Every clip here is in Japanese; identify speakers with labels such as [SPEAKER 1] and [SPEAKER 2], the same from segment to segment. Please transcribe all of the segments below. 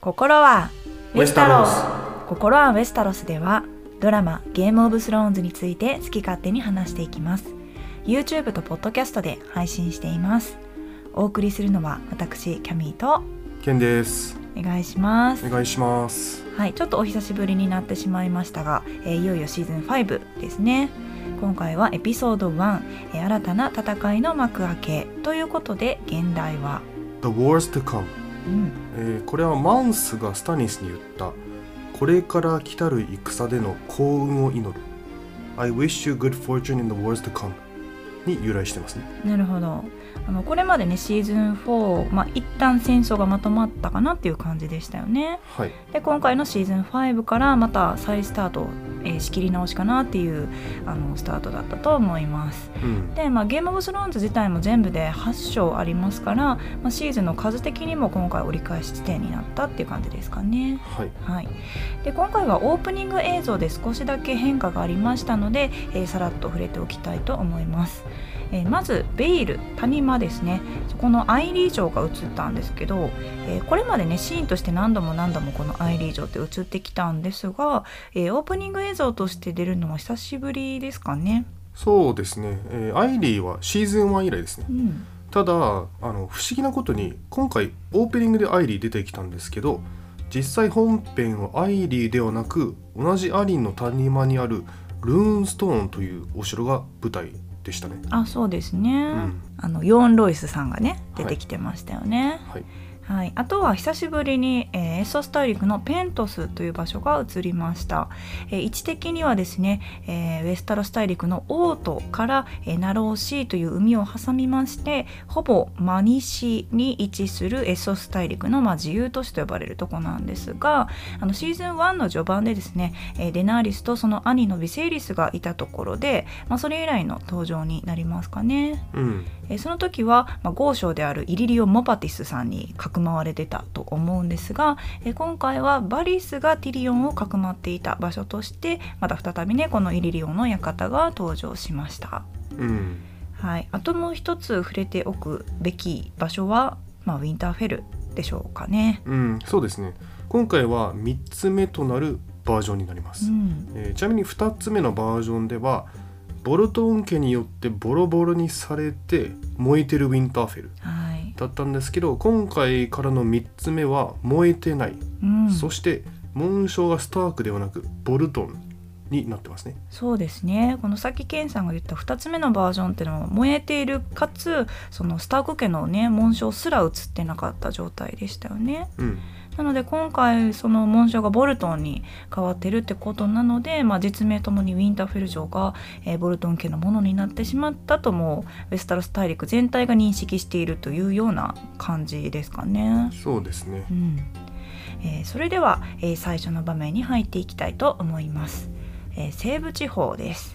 [SPEAKER 1] 心は
[SPEAKER 2] ウェスタロス
[SPEAKER 1] 心はウェスタロスではドラマゲームオブスローンズについて好き勝手に話していきます YouTube とポッドキャストで配信していますお送りするのは私キャミーと
[SPEAKER 2] ケンです
[SPEAKER 1] お願いします
[SPEAKER 2] お願いします
[SPEAKER 1] はいちょっとお久しぶりになってしまいましたが、えーいよいよシーズン5ですね今回はエピソード1、えー新たな戦いの幕開けということで現代は
[SPEAKER 2] The Wars to Come、
[SPEAKER 1] うん
[SPEAKER 2] えーこれはマンスがスタニスに言ったこれから来たる戦での幸運を祈る I wish you good fortune in the wars to come に由来してますね
[SPEAKER 1] なるほどあのこれまでねシーズン4、まあ、一旦戦争がまとまったかなっていう感じでしたよね
[SPEAKER 2] はい
[SPEAKER 1] で今回のシーズン5からまた再スタート、えー仕切り直しかなっていうあのスタートだったと思います
[SPEAKER 2] うん
[SPEAKER 1] で、まあ、ゲームオブスローンズ自体も全部で8章ありますから、まあ、シーズンの数的にも今回折り返し地点になったっていう感じですかね
[SPEAKER 2] はい
[SPEAKER 1] はい、で今回はオープニング映像で少しだけ変化がありましたので、えーさらっと触れておきたいと思います、えーまずベイル谷間ですねそこのアイリー城が映ったんですけど、えーこれまでねシーンとして何度も何度もこのアイリー城って映ってきたんですが、えーオープニング映像として出るのは久しぶりですかね
[SPEAKER 2] そうですね、えーアイリーはシーズン1以来ですね
[SPEAKER 1] うん
[SPEAKER 2] ただあの不思議なことに今回オープニングでアイリー出てきたんですけど実際本編はアイリーではなく同じアリンの谷間にあるルーンストーンというお城が舞台でしたね。
[SPEAKER 1] あそうですね、
[SPEAKER 2] ん
[SPEAKER 1] あのヨーン・ロイスさんがね
[SPEAKER 2] は
[SPEAKER 1] 出
[SPEAKER 2] い
[SPEAKER 1] てきてましたよね、
[SPEAKER 2] はい、
[SPEAKER 1] はい、あとは久しぶりに、えーエッソス大陸のペントスという場所が移りました、えー位置的にはですね、えーウェスタロス大陸のオートから、えーナローシーという海を挟みましてほぼ真西に位置するエッソス大陸の、まあ、自由都市と呼ばれるとこなんですがあのシーズン1の序盤でですね、えーデナーリスとその兄のヴィセイリスがいたところで、まあ、それ以来の登場になりますかね。
[SPEAKER 2] うん、
[SPEAKER 1] えーその時は、まあ、豪商であるイリリオ・モパティスさんにかくまわれてたと思うんですが、えー今回はバリスがティリオンをかくまっていた場所としてまた再びねこのイリリオの館が登場しました、
[SPEAKER 2] うん、
[SPEAKER 1] はい、あともう一つ触れておくべき場所は、まあ、ウィンターフェルでしょうかね。
[SPEAKER 2] うん、そうですね。今回は3つ目となるバージョンになりま
[SPEAKER 1] う
[SPEAKER 2] す。
[SPEAKER 1] ん
[SPEAKER 2] えーちなみに2つ目のバージョンではボルトーン家によってボロボロにされて燃えてるウィンターフェル
[SPEAKER 1] はい
[SPEAKER 2] だったんですけど今回からの3つ目は燃えてない、
[SPEAKER 1] うん、
[SPEAKER 2] そして紋章がスタークではなくボルトンになってますね
[SPEAKER 1] そうですねこのさっきケンさんが言った2つ目のバージョンっていうのは燃えているかつそのスターク家のね紋章すら映ってなかった状態でしたよね
[SPEAKER 2] うん
[SPEAKER 1] なので今回その紋章がボルトンに変わってるってことなので、まあ、実名ともにウィンターフェル城が、えーボルトン家のものになってしまったともウェスタロス大陸全体が認識しているというような感じですかね。
[SPEAKER 2] そうですね
[SPEAKER 1] うんえーそれでは、えー最初の場面に入っていきたいと思います、えー西部地方です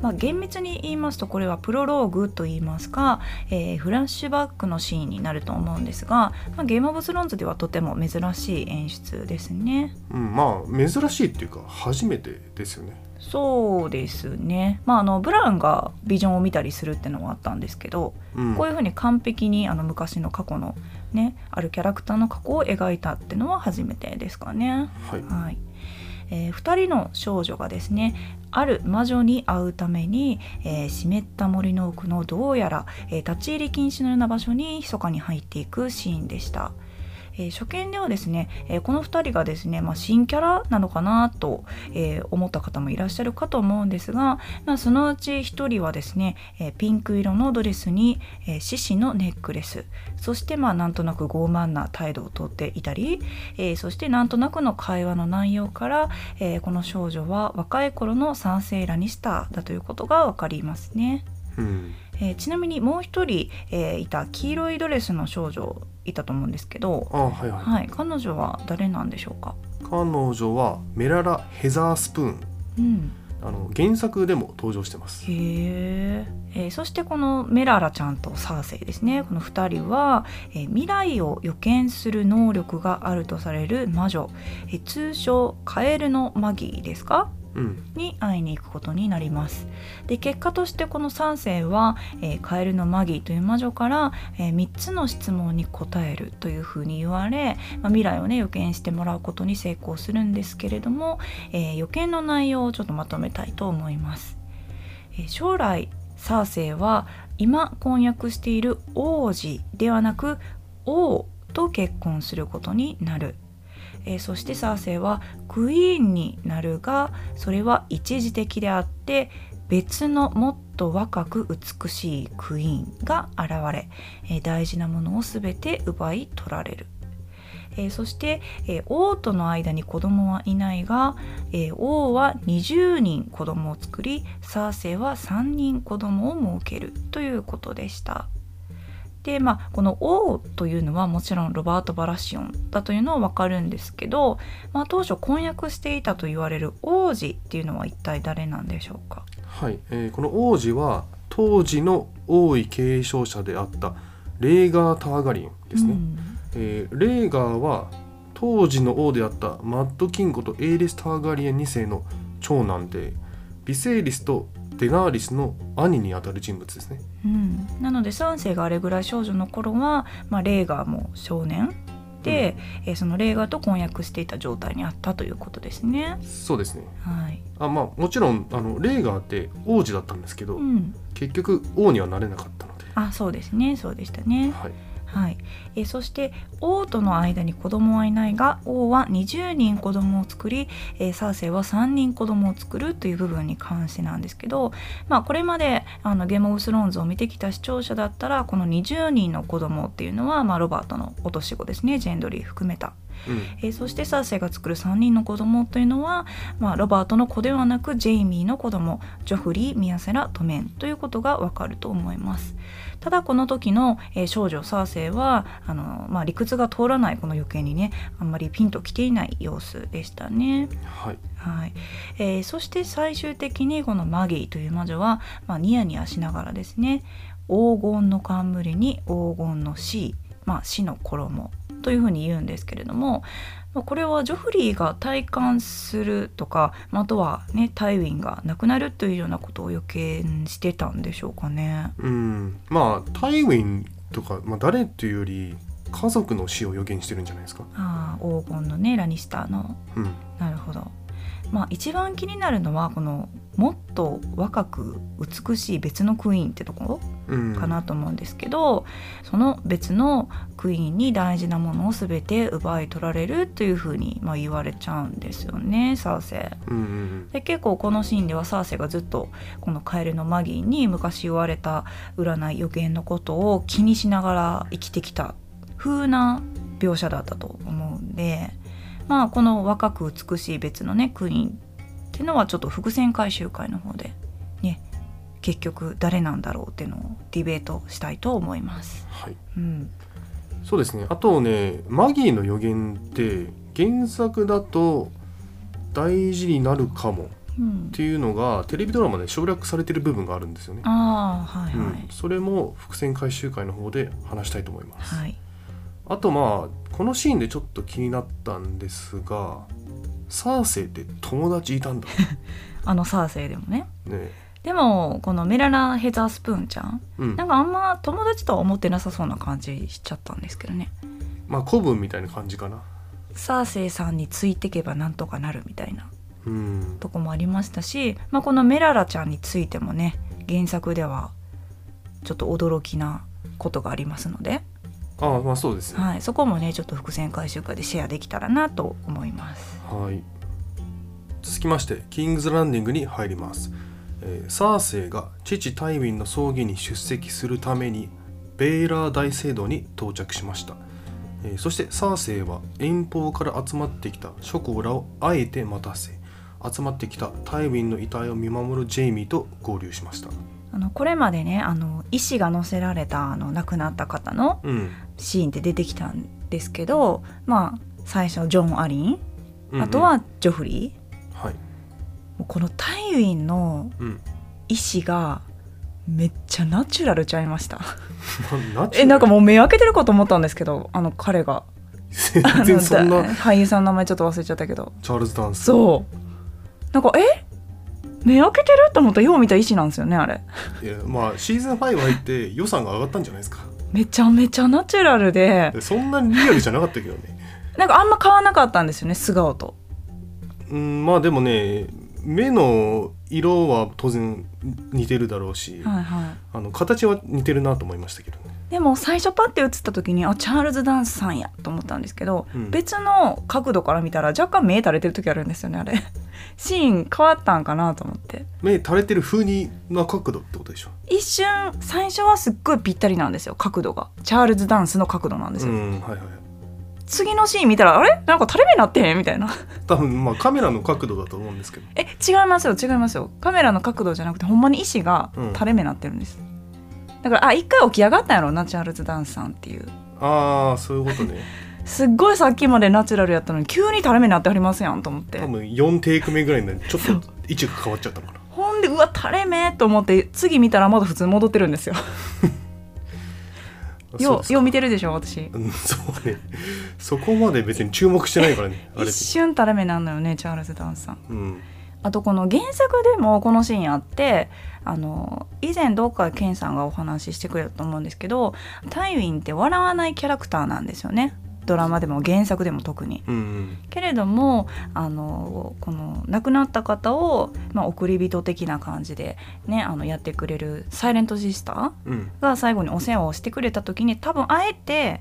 [SPEAKER 1] まあ、厳密に言いますとこれはプロローグと言いますか、えーフラッシュバックのシーンになると思うんですが、まあ、ゲームオブスローンズではとても珍しい演出ですね。
[SPEAKER 2] うん、まあ珍しいっていうか初めてですよね
[SPEAKER 1] そうですね、まあ、あのブラウンがビジョンを見たりするってのはあったんですけど、
[SPEAKER 2] うん
[SPEAKER 1] こういうふうに完璧にあの昔の過去のねあるキャラクターの過去を描いたってのは初めてですかね。
[SPEAKER 2] はい
[SPEAKER 1] はいえ2人の少女がですねある魔女に会うために、えー湿った森の奥のどうやら、えー立ち入り禁止のような場所に密かに入っていくシーンでした。えー初見ではですね、えーこの2人がですね、まあ、新キャラなのかなと、えー思った方もいらっしゃるかと思うんですが、まあ、そのうち1人はですね、えーピンク色のドレスに、えー獅子のネックレスそしてまあなんとなく傲慢な態度をとっていたり、えーそしてなんとなくの会話の内容から、えーこの少女は若い頃の三世ラニスターだということがわかりますね、
[SPEAKER 2] うん
[SPEAKER 1] えーちなみにもう一人、えーいた黄色いドレスの少女いたと思うんですけど、
[SPEAKER 2] あはいはい、
[SPEAKER 1] はい、彼女は誰なんでしょうか、
[SPEAKER 2] 彼女はメララ・ヘザースプーン
[SPEAKER 1] うん、
[SPEAKER 2] あの原作でも登場してます
[SPEAKER 1] へええーそしてこのメララちゃんとサーセイですねこの2人は、えー未来を予見する能力があるとされる魔女、えー通称カエルのマギーですか
[SPEAKER 2] うん
[SPEAKER 1] に会いに行くことになりますで結果としてこの3世は、えーカエルのマギーという魔女から、え3つの質問に答えるというふうに言われ、まあ、未来をね予見してもらうことに成功するんですけれども、えー予見の内容をちょっとまとめたいと思います、えー将来サーセイは今婚約している王子ではなく王と結婚することになるえーそしてサーセイはクイーンになるがそれは一時的であって別のもっと若く美しいクイーンが現れ、えー大事なものを全て奪い取られる、えーそして、えー王との間に子供はいないが、えー王は20人子供を作りサーセイは3人子供を設けるということでした。でまあ、この「王」というのはもちろんロバート・バラシオンだというのは分かるんですけど、まあ、当初婚約していたと言われる王子っていうのは一体誰なんでしょうか
[SPEAKER 2] はいえーこの王子は当時の王位継承者であったレーガー・ターガリンですね、
[SPEAKER 1] うん
[SPEAKER 2] えーレーガーは当時の王であったマッドキングとエーレス・ターガリエン2世の長男でビセイリスとデナーリスの兄にあたる人物ですね
[SPEAKER 1] うんなので3世があれぐらい少女の頃は、まあ、レーガーも少年で、えーそのレーガーと婚約していた状態にあったということですね。
[SPEAKER 2] そうですね
[SPEAKER 1] はい
[SPEAKER 2] あまあもちろんあのレーガーって王子だったんですけど、
[SPEAKER 1] うん、
[SPEAKER 2] 結局王にはなれなかったので、
[SPEAKER 1] あそうですねそうでしたね。
[SPEAKER 2] はい、
[SPEAKER 1] はい、えーそして王との間に子供はいないが王は20人子供を作り、えーサーセイは3人子供を作るという部分に関してなんですけど、まあ、これまであのゲーム・オブ・スローンズを見てきた視聴者だったらこの20人の子供っていうのは、まあ、ロバートの落とし子ですねジェンドリー含めた、
[SPEAKER 2] うん
[SPEAKER 1] えーそしてサーセイが作る3人の子供というのは、まあ、ロバートの子ではなくジェイミーの子供ジョフリーミヤセラトメンということがわかると思いますただこの時の、えー少女サーセイはあの、まあ、理屈が通らないこの余計にねあんまりピンときていない様子でしたね、
[SPEAKER 2] はい
[SPEAKER 1] はいえーそして最終的にこのマギーという魔女は、まあ、ニヤニヤしながらですね黄金の冠に黄金の死、まあ、死の衣というふうに言うんですけれどもまあこれはジョフリーが体感するとかまああとはねタイウィンが亡くなるというようなことを予見してたんでしょうかね。
[SPEAKER 2] うんまあタイウィンとか、まあ、誰っていうより家族の死を予言してるんじゃないですか、
[SPEAKER 1] ああ黄金のねラニスターの
[SPEAKER 2] うん、
[SPEAKER 1] なるほど。まあ一番気になるのはこのもっと若く美しい別のクイーンってところ
[SPEAKER 2] うん、
[SPEAKER 1] かなと思うんですけど、その別のクイーンに大事なものを全て奪い取られるというふうにまあ言われちゃうんですよねサーセイ。
[SPEAKER 2] うんうん
[SPEAKER 1] で結構このシーンではサーセイがずっとこのカエルのマギーに昔言われた占い予言のことを気にしながら生きてきた風な描写だったと思うんでまあこの若く美しい別のねクイーンっていうのはちょっと伏線回収会の方でね結局誰なんだろうっていうのをディベートしたいと思います。
[SPEAKER 2] はい
[SPEAKER 1] うん、
[SPEAKER 2] そうですねあとねマギーの予言って原作だと大事になるかも
[SPEAKER 1] うん
[SPEAKER 2] っ、ていうのがテレビドラマで省略されてる部分があるんですよね、
[SPEAKER 1] ああはいはい、
[SPEAKER 2] うん、それも伏線回収会の方で話したいと思います、
[SPEAKER 1] はい
[SPEAKER 2] あとまあこのシーンでちょっと気になったんですがサーセイって友達いた んだ
[SPEAKER 1] あのサーセイでもね
[SPEAKER 2] ね
[SPEAKER 1] でもこのメララ・ヘザースプーンちゃん
[SPEAKER 2] うん
[SPEAKER 1] なんかあんま友達とは思ってなさそうな感じしちゃったんですけどね
[SPEAKER 2] まあ古文みたいな感じかな
[SPEAKER 1] サーセイさんについてけばなんとかなるみたいな
[SPEAKER 2] うん
[SPEAKER 1] とこもありましたし、まあ、このメララちゃんについてもね原作ではちょっと驚きなことがありますので、
[SPEAKER 2] ああまあそうですねは
[SPEAKER 1] はい、そこもねちょっと伏線回収会でシェアできたらなと思います。
[SPEAKER 2] い続きましてキングズランディングに入ります、えーサーセイが父タイウィンの葬儀に出席するためにベイラー大聖堂に到着しました、えーそしてサーセイは遠方から集まってきた諸侯らをあえて待たせ集まってきたタイウィンの遺体を見守るジェイミーと合流しました
[SPEAKER 1] あのこれまでねあの医師が載せられたあの亡くなった方の
[SPEAKER 2] うん、
[SPEAKER 1] シーンって出てきたんですけどまあ最初ジョン・アリン
[SPEAKER 2] うんうん
[SPEAKER 1] あとはジョフリー、
[SPEAKER 2] はい、
[SPEAKER 1] もうこのタイウィンの
[SPEAKER 2] うん、
[SPEAKER 1] 意思がめっちゃナチュラルちゃいました
[SPEAKER 2] な
[SPEAKER 1] えなんかもう目開けてるかと思ったんですけどあの彼が
[SPEAKER 2] 全然そん
[SPEAKER 1] あの
[SPEAKER 2] な
[SPEAKER 1] だ俳優さんの名前ちょっと忘れちゃったけど
[SPEAKER 2] チャールズ・ダンス
[SPEAKER 1] そうなんかえ目開けてると思ったらよう見た石なんですよねあれ
[SPEAKER 2] いやまあシーズン5入って予算が上がったんじゃないですか
[SPEAKER 1] めちゃめちゃナチュラルで
[SPEAKER 2] でそんなリアルじゃなかったけどね
[SPEAKER 1] なんかあんま変わらなかったんですよね素顔と
[SPEAKER 2] うんまあでもね目の色は当然似てるだろうし、
[SPEAKER 1] はいは
[SPEAKER 2] あの形は似てるなと思いましたけどね
[SPEAKER 1] いでも最初パッて映った時にあチャールズ・ダンスさんやと思ったんですけど、
[SPEAKER 2] うん
[SPEAKER 1] 別の角度から見たら若干目垂れてる時あるんですよねあれ シーン変わったんかなと思って
[SPEAKER 2] 目垂れてる風にな角度ってことでしょ
[SPEAKER 1] 一瞬最初はすっごいぴったりなんですよ角度がチャールズ・ダンスの角度なんです
[SPEAKER 2] う
[SPEAKER 1] よ、
[SPEAKER 2] んはいはい
[SPEAKER 1] 次のシーン見たらあれなんか垂れ目なってへんみたいな
[SPEAKER 2] 多分まあカメラの角度だと思うんですけど
[SPEAKER 1] え違いますよ違いますよカメラの角度じゃなくてほんまに石が
[SPEAKER 2] うん
[SPEAKER 1] 垂れ目なってるんです、だからあ一回起き上がったんやろなチャールズ・ダンスさんっていう
[SPEAKER 2] ああそういうこと ね
[SPEAKER 1] すっごいさっきまでナチュラルやったのに急に垂れ目になってありますやんと思って
[SPEAKER 2] 多分4テイク目ぐらいになってちょっと位置が変わっちゃったのかな
[SPEAKER 1] ほんでうわ垂れ目と思って次見たらまだ普通に戻ってるんですよ
[SPEAKER 2] そう
[SPEAKER 1] よ
[SPEAKER 2] です
[SPEAKER 1] う
[SPEAKER 2] か
[SPEAKER 1] よう見てるでしょ私
[SPEAKER 2] うんそうねそこまで別に注目してないからねあれ
[SPEAKER 1] 一瞬垂れ目なんだよねチャールズ・ダンスさん
[SPEAKER 2] うん
[SPEAKER 1] あとこの原作でもこのシーンあってあの以前どっかでケンさんがお話ししてくれたと思うんですけどタイウィンって笑わないキャラクターなんですよねドラマでも原作でも特に。
[SPEAKER 2] うんうん
[SPEAKER 1] けれどもあのこの亡くなった方を、まあ、送り人的な感じで、ね、あのやってくれるサイレントシスター
[SPEAKER 2] うん
[SPEAKER 1] が最後にお世話をしてくれた時に多分あえて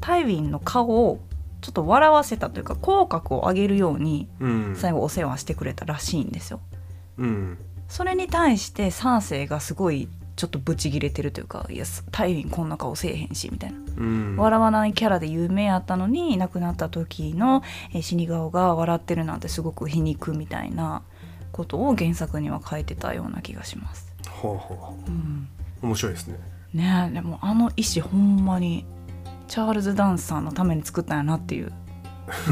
[SPEAKER 1] タイウィンの顔をちょっと笑わせたというか口角を上げるように
[SPEAKER 2] うん
[SPEAKER 1] 最後お世話してくれたらしいんですよ。
[SPEAKER 2] うん
[SPEAKER 1] それに対してサーセイがすごいちょっとブチギレてるというか「いやタイウィンこんな顔せえへんし」みたいな、
[SPEAKER 2] うん
[SPEAKER 1] 笑わないキャラで有名やったのに亡くなった時のえー死に顔が笑ってるなんてすごく皮肉みたいなことを原作には書いてたような気がします。
[SPEAKER 2] ほうほうほ
[SPEAKER 1] うん、
[SPEAKER 2] う面白いですね
[SPEAKER 1] ねえでもあの意思ほんまにチャールズ・ダンスさんのために作ったんやなっていう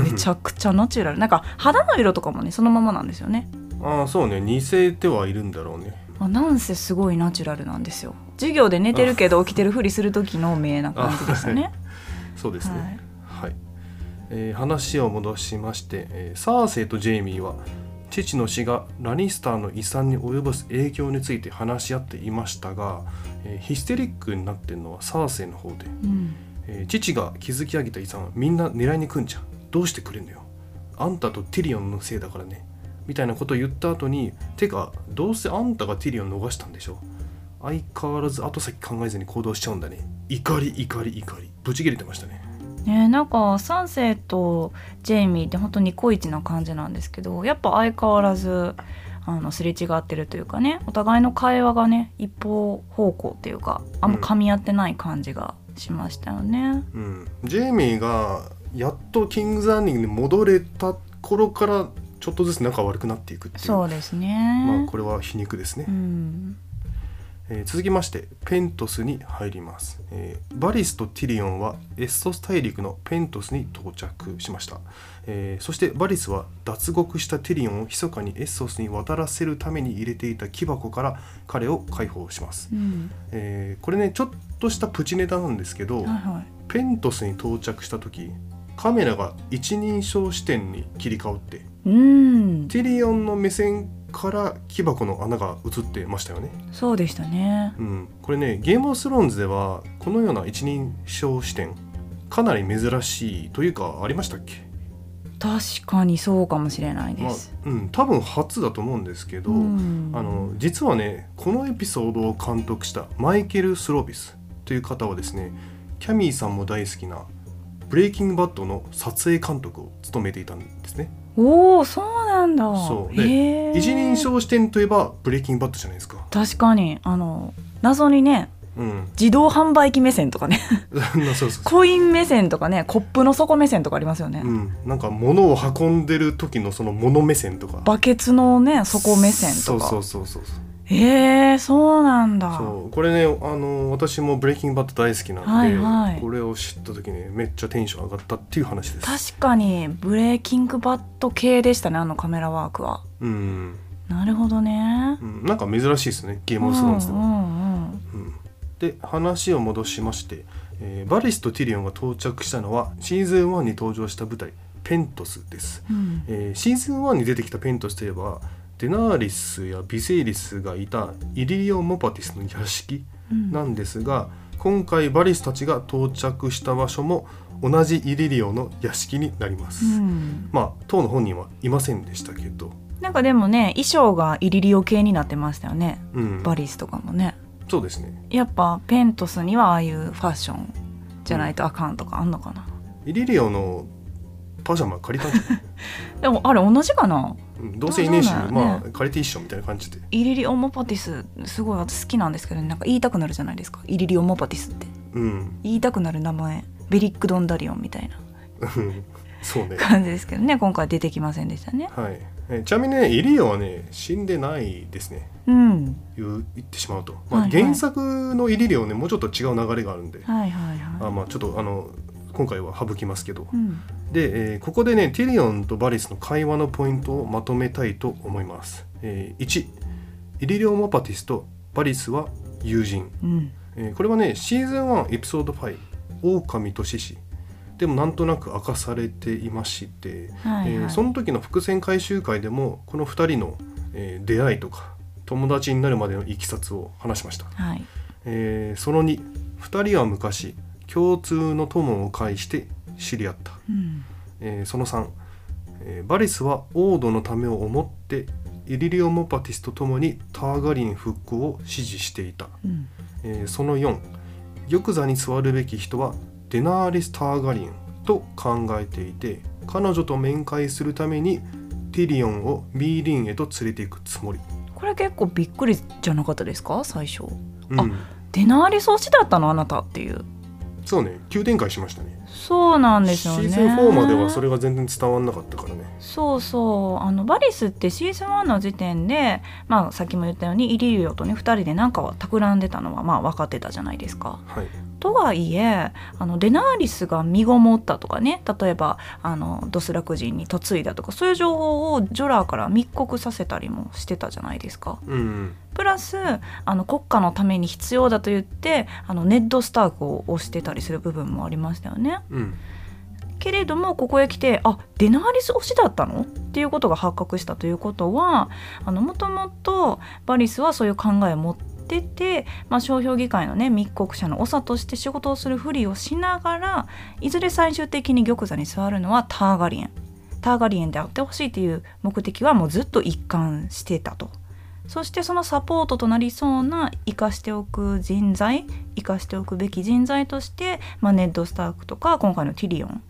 [SPEAKER 1] めちゃくちゃナチュラルなんか肌の色とかもねそのままなんですよね。
[SPEAKER 2] ああそうね似せてはいるんだろうね
[SPEAKER 1] まあ、なんせすごいナチュラルなんですよ授業で寝てるけど起きてるふりする時の目な感じでしたね
[SPEAKER 2] そうですねはい、えー話を戻しまして、えーサーセイとジェイミーは父の死がラニスターの遺産に及ぼす影響について話し合っていましたが、えーヒステリックになってるのはサーセイの方で、
[SPEAKER 1] うん、
[SPEAKER 2] えー父が築き上げた遺産はみんな狙いに来んじゃんどうしてくれんのよあんたとティリオンのせいだからねみたいなことを言った後にてかどうせあんたがティリオン逃したんでしょ相変わらず後先考えずに行動しちゃうんだね怒り怒り怒りぶち切れてましたね
[SPEAKER 1] ねえなんかサンセイとジェイミーって本当にコイチな感じなんですけどやっぱ相変わらずあのすれ違ってるというかねお互いの会話がね一方方向っていうかあんま噛み合ってない感じがしましたよね。
[SPEAKER 2] うん、ジェイミーがやっとキングズ・アンニングに戻れた頃からちょっとずつ仲悪くなっていくっていう
[SPEAKER 1] そうです
[SPEAKER 2] まあ
[SPEAKER 1] ね、
[SPEAKER 2] これは皮肉ですね、
[SPEAKER 1] うん
[SPEAKER 2] えー続きましてペントスに入ります、えーバリスとティリオンはエッソス大陸のペントスに到着しました、えーそしてバリスは脱獄したティリオンを密かにエッソスに渡らせるために入れていた木箱から彼を解放します、
[SPEAKER 1] うん
[SPEAKER 2] えーこれねちょっとしたプチネタなんですけど、
[SPEAKER 1] はいはい
[SPEAKER 2] ペントスに到着した時カメラが一人称視点に切り替わって
[SPEAKER 1] うん、
[SPEAKER 2] ティリオンの目線から木箱の穴が映ってましたよね、
[SPEAKER 1] そうでしたね。
[SPEAKER 2] うん、これねゲームオブスローンズではこのような一人称視点かなり珍しいというかありましたっけ、
[SPEAKER 1] 確かにそうかもしれないで
[SPEAKER 2] まあ
[SPEAKER 1] す。
[SPEAKER 2] うん、多分初だと思うんですけど、
[SPEAKER 1] うん
[SPEAKER 2] あの実はねこのエピソードを監督したマイケル・スロビスという方はですねキャミーさんも大好きな「ブレイキングバッド」の撮影監督を務めていたんですね
[SPEAKER 1] おお、そうなんだ。
[SPEAKER 2] そうで
[SPEAKER 1] で
[SPEAKER 2] 一人称視点といえば「ブレイキングバッド」じゃないですか
[SPEAKER 1] 確かに、あの謎にね、
[SPEAKER 2] うん
[SPEAKER 1] 自動販売機目線とかね、
[SPEAKER 2] そうそうそ
[SPEAKER 1] コイン目線とかね、コップの底目線とかありますよね。
[SPEAKER 2] う、うん、なんか物を運んでる時のその物目線とか
[SPEAKER 1] バケツのね、底目線とか。
[SPEAKER 2] そうそうそうそうそう
[SPEAKER 1] ええそうなんだ。
[SPEAKER 2] そうこれねあの私も「ブレイキングバッド」大好きなんで、
[SPEAKER 1] はいはい
[SPEAKER 2] これを知った時ねめっちゃテンション上がったっていう話です
[SPEAKER 1] 確かにブレーキングバット系でしたね、あのカメラワークは。
[SPEAKER 2] うん
[SPEAKER 1] なるほどね。
[SPEAKER 2] うん、なんか珍しいですねゲー
[SPEAKER 1] う
[SPEAKER 2] ムオブスローンズでも。
[SPEAKER 1] んうん
[SPEAKER 2] うんで話を戻しまして、えーバリスとティリオンが到着したのはシーズン1に登場した舞台「ペントス」です、
[SPEAKER 1] うん。
[SPEAKER 2] えーシーズン1に出てきたペントスといえばデナーリスやビセイリスがいたイリリオ・モパティスの屋敷
[SPEAKER 1] うん
[SPEAKER 2] なんですが今回バリスたちが到着した場所も同じイリリオの屋敷になります、
[SPEAKER 1] うん
[SPEAKER 2] まあ当の本人はいませんでしたけど、
[SPEAKER 1] なんかでもね衣装がイリリオ系になってましたよね
[SPEAKER 2] うん、
[SPEAKER 1] バリスとかもね
[SPEAKER 2] そうですね
[SPEAKER 1] やっぱペントスにはああいうファッションじゃないとあかんとかあんのかな、
[SPEAKER 2] イリリオのパジャマ借りたんじゃない
[SPEAKER 1] でもあれ同じかな
[SPEAKER 2] うんどうせいねえし、
[SPEAKER 1] どうなんだろうね
[SPEAKER 2] まあ借りて一緒みたいな感じで
[SPEAKER 1] イリリオモパティスすごい私好きなんですけど、ね、なんか言いたくなるじゃないですかイリリオモパティスって
[SPEAKER 2] うん
[SPEAKER 1] 言いたくなる名前ベリック・ドンダリオンみたいな
[SPEAKER 2] うんそうね
[SPEAKER 1] 感じですけどね今回出てきませんでしたね
[SPEAKER 2] はいえちなみにねイリリオはね死んでないですね
[SPEAKER 1] うん
[SPEAKER 2] 言う言ってしまうと、まあ
[SPEAKER 1] はいはい
[SPEAKER 2] 原作のイリリオはねもうちょっと違う流れがあるんで、
[SPEAKER 1] はいはいはい
[SPEAKER 2] あまあちょっとあの今回は省きますけど、
[SPEAKER 1] うん
[SPEAKER 2] で、えーここでねティリオンとバリスの会話のポイントをまとめたいと思います、えー1イリリオ・モパティスとバリスは友人、
[SPEAKER 1] うん
[SPEAKER 2] えーこれはねシーズン1エピソード5「狼と獅子」でもなんとなく明かされていまして、
[SPEAKER 1] はい
[SPEAKER 2] え
[SPEAKER 1] は
[SPEAKER 2] ー
[SPEAKER 1] い
[SPEAKER 2] その時の伏線回収会でもこの2人の、えー出会いとか友達になるまでのいきさつを話しました
[SPEAKER 1] はい
[SPEAKER 2] えーその22人は昔共通の友を介して知り合った、
[SPEAKER 1] うん
[SPEAKER 2] えーその3、えーバリスは王土のためを思ってイリリオ・モパティスと共にターガリン復興を支持していた、
[SPEAKER 1] うん
[SPEAKER 2] えーその4玉座に座るべき人はデナーリス・ターガリンと考えていて彼女と面会するためにティリオンをミーリンへと連れていくつもり、
[SPEAKER 1] これ結構びっくりじゃなかったですか最初
[SPEAKER 2] うん
[SPEAKER 1] あデナーリ装置だったのあなたっていう
[SPEAKER 2] そうね急展開しましたね
[SPEAKER 1] そうなんですよね
[SPEAKER 2] シーズン4まではそれが全然伝わんなかったからね
[SPEAKER 1] そうそうあのバリスってシーズン1の時点で、まあ、さっきも言ったようにイリリオとね2人でなんかは企んでたのはまあ分かってたじゃないですか。
[SPEAKER 2] はい
[SPEAKER 1] とはいえあのデナーリスが身ごもったとかね例えばあのドスラク人に嫁いだとかそういう情報をジョラーから密告させたりもしてたじゃないですか。
[SPEAKER 2] うん
[SPEAKER 1] プラスあの国家のために必要だと言ってあのネッド・スタークを推してたりする部分もありましたよね。
[SPEAKER 2] うん
[SPEAKER 1] けれどもここへ来てあデナーリス推しだったのっていうことが発覚したということはあのもともとバリスはそういう考えを持ってて、まあ、商標議会のね密告者の長として仕事をするふりをしながらいずれ最終的に玉座に座るのはターガリエンターガリエンであってほしいという目的はもうずっと一貫してたと。そしてそのサポートとなりそうな生かしておく人材生かしておくべき人材として、まあ、ネッド・スタークとか今回のティリオン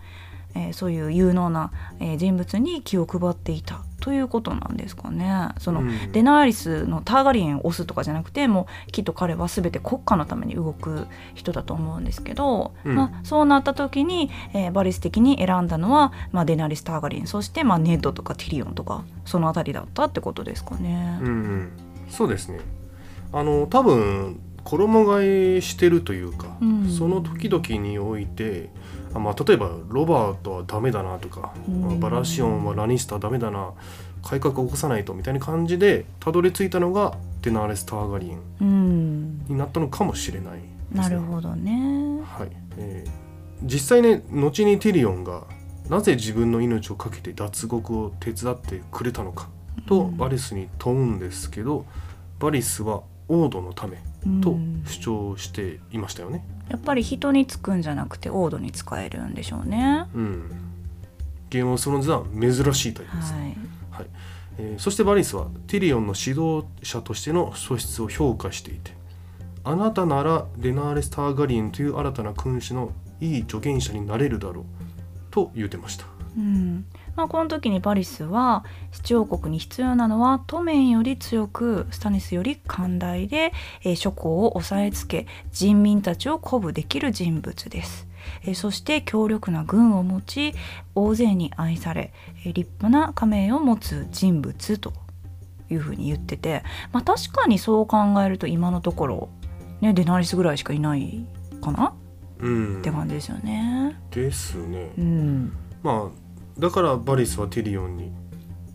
[SPEAKER 1] えーそういう有能な、えー人物に気を配っていたということなんですかね。その、
[SPEAKER 2] うん
[SPEAKER 1] デナーリスのターガリエンを推すとかじゃなくてもうきっと彼は全て国家のために動く人だと思うんですけど、
[SPEAKER 2] うん
[SPEAKER 1] まあ、そうなった時に、えーバリス的に選んだのは、まあ、デナーリス・ターガリエンそして、まあ、ネッドとかティリオンとかその辺りだったってことですかね
[SPEAKER 2] うんう。んそうですねあの多分衣替えしてるというか、
[SPEAKER 1] うん
[SPEAKER 2] その時々においてあ、まあ、例えばロバートはダメだなとか、
[SPEAKER 1] うん
[SPEAKER 2] まあバラシオンはラニスターダメだな改革を起こさないとみたいな感じでたどり着いたのがデナーレス・ターガリン
[SPEAKER 1] うん
[SPEAKER 2] になったのかもしれないですね
[SPEAKER 1] なるほどね。
[SPEAKER 2] はいえー実際ね後にティリオンがなぜ自分の命を懸けて脱獄を手伝ってくれたのかと
[SPEAKER 1] うん
[SPEAKER 2] バリスに問うんですけど、バリスは王土のため
[SPEAKER 1] う
[SPEAKER 2] と
[SPEAKER 1] ん
[SPEAKER 2] 主張していましたよね。
[SPEAKER 1] やっぱり人につくんじゃなくて王道に使えるんでしょうね。
[SPEAKER 2] うん、ゲームオブスローンズは珍しいタイプです、
[SPEAKER 1] はい
[SPEAKER 2] えーそしてバリスはティリオンの指導者としての素質を評価していてあなたならデナーレス・ターガリエンという新たな君主のいい助言者になれるだろうと言ってました。
[SPEAKER 1] うんまあ、この時にバリスは七王国に必要なのはトメンより強くスタニスより寛大で、えー諸侯を抑えつけ人民たちを鼓舞できる人物です、えーそして強力な軍を持ち大勢に愛され、えー立派な家名を持つ人物というふうに言ってて、まあ、確かにそう考えると今のところ、ね、デナリスぐらいしかいないかな
[SPEAKER 2] うん
[SPEAKER 1] って感じですよね。
[SPEAKER 2] ですね、
[SPEAKER 1] うん、
[SPEAKER 2] まあだからバリスはティリオンに、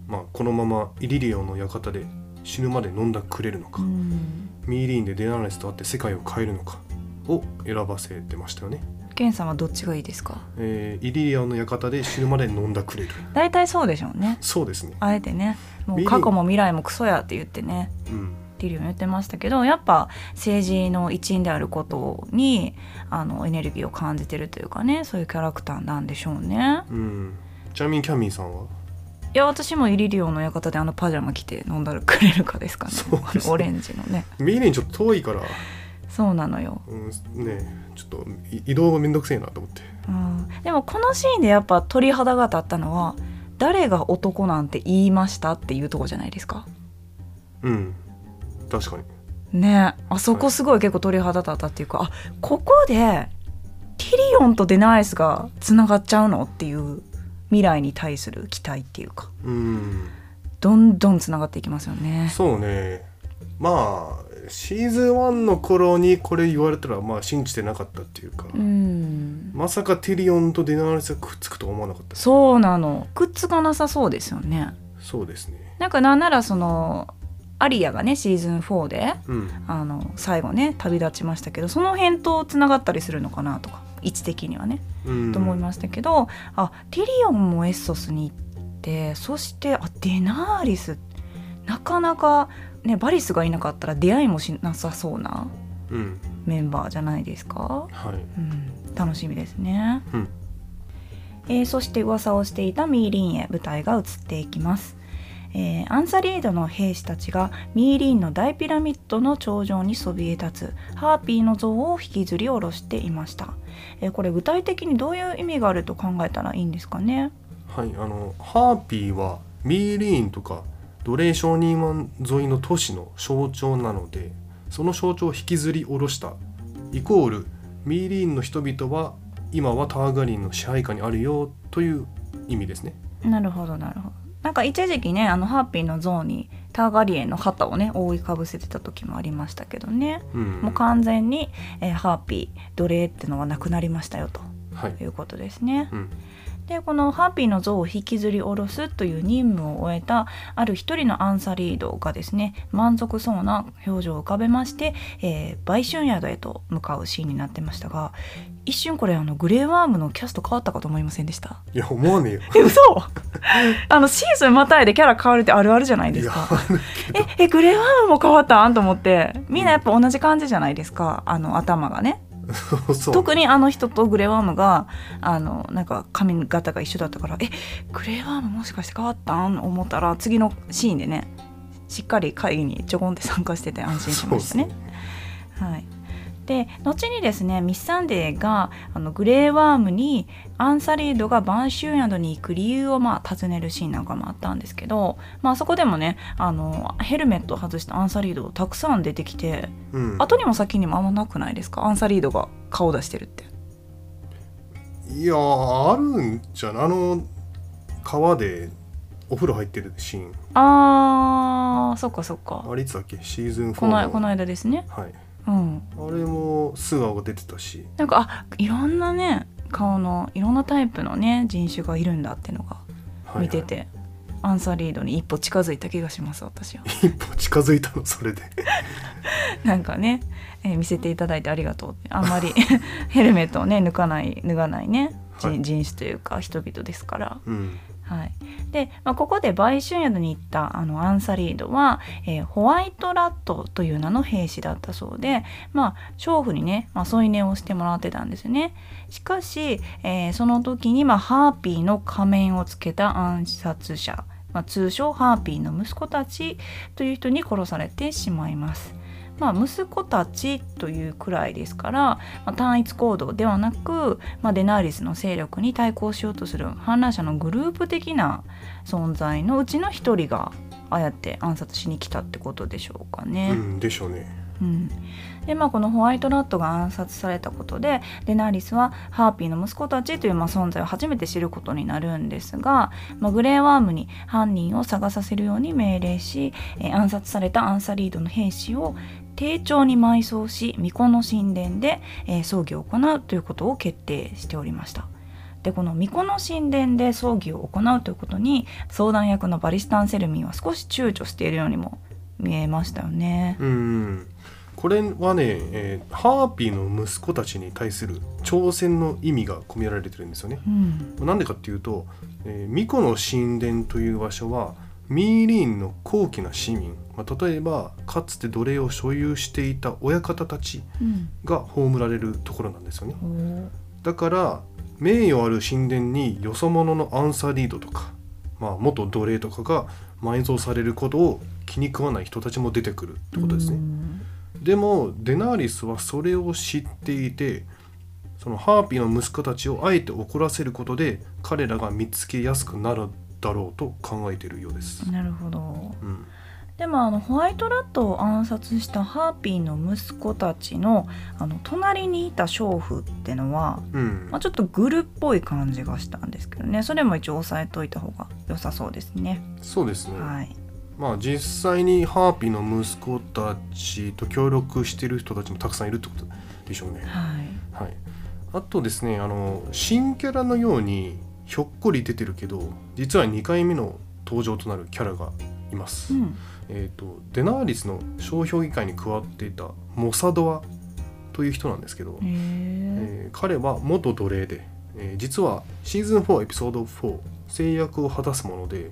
[SPEAKER 2] まあ、このままイリリオンの館で死ぬまで飲んだくれるのか、
[SPEAKER 1] うん
[SPEAKER 2] ミーリーンでデナーレスと会って世界を変えるのかを選ばせてましたよね。
[SPEAKER 1] ケンさんはどっちがいいですか
[SPEAKER 2] えーイリリアの館で死ぬまで飲んだくれる
[SPEAKER 1] 大体そうでしょうね
[SPEAKER 2] そうですね
[SPEAKER 1] あえてねもう
[SPEAKER 2] ミリ
[SPEAKER 1] 過去も未来もクソやって言ってね
[SPEAKER 2] うん
[SPEAKER 1] っていうように言ってましたけどやっぱ政治の一員であることにあのエネルギーを感じてるというかねそういうキャラクターなんでしょうね
[SPEAKER 2] うんちなみにキャミーさんはい
[SPEAKER 1] や私もイリリオの館であのパジャマ着て飲んだらくれるかですかね
[SPEAKER 2] そうですね
[SPEAKER 1] あのオレンジのね
[SPEAKER 2] ミリにちょっと遠いから、
[SPEAKER 1] そうなのよ、
[SPEAKER 2] うん、ねちょっとい移動がめんどくせえなと思って
[SPEAKER 1] うん、でもこのシーンでやっぱ鳥肌が立ったのは誰が男なんて言いましたっていうとこじゃないですか
[SPEAKER 2] うん確かに
[SPEAKER 1] ねあそこすごい結構鳥肌立ったっていうかあここでティリオンとデナイスがつながっちゃうのっていう未来に対する期待っていうか
[SPEAKER 2] うん
[SPEAKER 1] どんどんつながっていきますよね
[SPEAKER 2] そうねまあシーズン1の頃にこれ言われたらまあ信じてなかったっていうか、
[SPEAKER 1] うん
[SPEAKER 2] まさかティリオンとデナーレスがくっつくとは思わなかったです
[SPEAKER 1] そうなのくっつかなさそうですよね
[SPEAKER 2] そうですね
[SPEAKER 1] なんかなんならそのアリアがねシーズン4で
[SPEAKER 2] うん
[SPEAKER 1] あの最後ね旅立ちましたけどその辺とつながったりするのかなとか位置的にはね、
[SPEAKER 2] うん
[SPEAKER 1] と思いましたけどあティリオンもエッソスに行ってそしてあデナーリスなかなか、ね、バリスがいなかったら出会いもしなさそうな
[SPEAKER 2] うん
[SPEAKER 1] メンバーじゃないですか、
[SPEAKER 2] はい
[SPEAKER 1] うん、楽しみですね。
[SPEAKER 2] うん
[SPEAKER 1] えーそして噂をしていたミーリンへ舞台が移っていきます、えーアンサリードの兵士たちがミーリンの大ピラミッドの頂上にそびえ立つハーピーの像を引きずり下ろしていました、えーこれ具体的にどういう意味があると考えたらいいんですかね
[SPEAKER 2] はいあのハーピーはミーリーンとか奴隷商人湾沿いの都市の象徴なのでその象徴を引きずり下ろしたイコールミーリーンの人々は今はターガリンの支配下にあるよという意味ですね
[SPEAKER 1] なるほどなるほどなんか一時期ねあのハーピーの像にターガリエンの旗をね覆いかぶせてた時もありましたけどね
[SPEAKER 2] うん
[SPEAKER 1] もう完全に、えーハーピー奴隷ってのはなくなりましたよと
[SPEAKER 2] はい
[SPEAKER 1] いうことですね
[SPEAKER 2] うん
[SPEAKER 1] でこのハーピーの像を引きずり下ろすという任務を終えたある一人のアンサリードがですね満足そうな表情を浮かべまして、えー売春宿へと向かうシーンになってましたが一瞬これあのグレーワームのキャスト変わったかと思いませんでした
[SPEAKER 2] いや思わねえよ
[SPEAKER 1] え 嘘 あのシーズンまたいでキャラ変わるってあるあるじゃないで
[SPEAKER 2] い
[SPEAKER 1] す
[SPEAKER 2] や
[SPEAKER 1] かええグレーワームも変わったんと思ってみんなやっぱ同じ感じじゃないですかあの頭がね
[SPEAKER 2] そうそう
[SPEAKER 1] 特にあの人とグレーワームがあのなんか髪型が一緒だったからえグレーワームもしかして変わったん思ったら次のシーンでねしっかり会議にちょこんで参加してて安心しましたね。はいで後にですねミス・サンデーがあのグレーワームにアンサリードが晩秋宿に行く理由をまあ尋ねるシーンなんかもあったんですけど、まあ、そこでもねあのヘルメットを外したアンサリードたくさん出てきて
[SPEAKER 2] うん、
[SPEAKER 1] 後にも先にもあんまなくないですかアンサリードが顔出してるって。
[SPEAKER 2] いやあるんじゃないあの川でお風呂入ってるシーン
[SPEAKER 1] あーそっかそっか
[SPEAKER 2] あれいつだっけシーズン4
[SPEAKER 1] この
[SPEAKER 2] の
[SPEAKER 1] この間ですね
[SPEAKER 2] はい
[SPEAKER 1] うん
[SPEAKER 2] あれも素顔が出てたし
[SPEAKER 1] なんかあいろんなね顔のいろんなタイプのね人種がいるんだってのが
[SPEAKER 2] はいはい
[SPEAKER 1] 見てて、アンサリードに一歩近づいた気がします私は
[SPEAKER 2] 一歩近づいたのそれで
[SPEAKER 1] なんかね、えー見せていただいてありがとうってあんまり ヘルメットをね抜かない脱がないね、人
[SPEAKER 2] はい
[SPEAKER 1] 人種というか人々ですから
[SPEAKER 2] うん
[SPEAKER 1] はい、で、まあ、ここで売春宿に行ったあのアンサリードは、えーホワイトラットという名の兵士だったそうで、まあ、娼婦にね、まあ、添い寝をしてもらってたんですよねしかし、えーその時に、まあ、ハーピーの仮面をつけた暗殺者、まあ、通称ハーピーの息子たちという人に殺されてしまいます。まあ、息子たちというくらいですから、まあ、単一行動ではなく、まあ、デナーリスの勢力に対抗しようとする反乱者のグループ的な存在のうちの一人がああやって暗殺しに来たってことでしょうか
[SPEAKER 2] う
[SPEAKER 1] ね。
[SPEAKER 2] んでしょうね
[SPEAKER 1] うんでまあ、このホワイトラットが暗殺されたことでデナーリスはハーピーの息子たちという、まあ、存在を初めて知ることになるんですが、まあ、グレーワームに犯人を探させるように命令し、えー暗殺されたアンサリードの兵士を丁重に埋葬し巫女の神殿で、えー葬儀を行うということを決定しておりました。でこの巫女の神殿で葬儀を行うということに相談役のバリスタン・セルミンは少し躊躇しているようにも見えましたよね。
[SPEAKER 2] うんこれはね、えーハーピーの息子たちに対する挑戦の意味が込められてるんですよね。
[SPEAKER 1] うん
[SPEAKER 2] なんでかっていうと、えー巫女の神殿という場所はミーリーンの高貴な市民、まあ、例えばかつて奴隷を所有していた親方たち
[SPEAKER 1] うん
[SPEAKER 2] が葬られるところなんですよね
[SPEAKER 1] おー
[SPEAKER 2] だから名誉ある神殿によそ者のアンサーリードとか、まあ、元奴隷とかが埋蔵されることを気に食わない人たちも出てくるってことですね
[SPEAKER 1] う。ん
[SPEAKER 2] でもデナーリスはそれを知っていてそのハーピーの息子たちをあえて怒らせることで彼らが見つけやすくなるだろうと考えているようです。
[SPEAKER 1] なるほど
[SPEAKER 2] うん
[SPEAKER 1] でもあのホワイトラットを暗殺したハーピーの息子たちのあの隣にいた娼婦ってのは、
[SPEAKER 2] うん
[SPEAKER 1] まあ、ちょっとグルっぽい感じがしたんですけどねそれも一応押さえといた方が良さそうですね。
[SPEAKER 2] そうですね、
[SPEAKER 1] はい、
[SPEAKER 2] まあ実際にハーピーの息子たちと協力している人たちもたくさんいるってことでしょう
[SPEAKER 1] はい
[SPEAKER 2] ね。はい、あとですねあの新キャラのようにひょっこり出てるけど実は2回目の登場となるキャラがいます。
[SPEAKER 1] うん
[SPEAKER 2] えー、とデナーリスの商評議会に加わっていたモサドワという人なんですけ
[SPEAKER 1] へ
[SPEAKER 2] ど、
[SPEAKER 1] え
[SPEAKER 2] えー彼は元奴隷で、えー実はシーズン4エピソード4制約を果たすもので、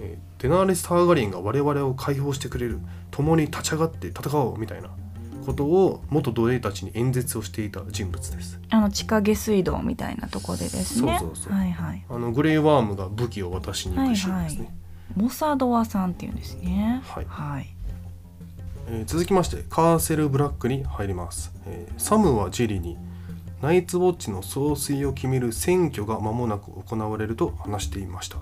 [SPEAKER 2] えーデナーリス・ターガリンが我々を解放してくれる共に立ち上がって戦おうみたいなことを元奴隷たちに演説をしていた人物です
[SPEAKER 1] あの地下下水道みたいなとこでですね
[SPEAKER 2] そうそうそう
[SPEAKER 1] はいはい
[SPEAKER 2] あのグレイワームが武器を渡しに行くシーンですね、
[SPEAKER 1] モサドワさんっていうんですね
[SPEAKER 2] はい
[SPEAKER 1] はい、
[SPEAKER 2] えー続きましてカーセルブラックに入ります、えーサムはジェリーにナイツウォッチの総帥を決める選挙が間もなく行われると話していました、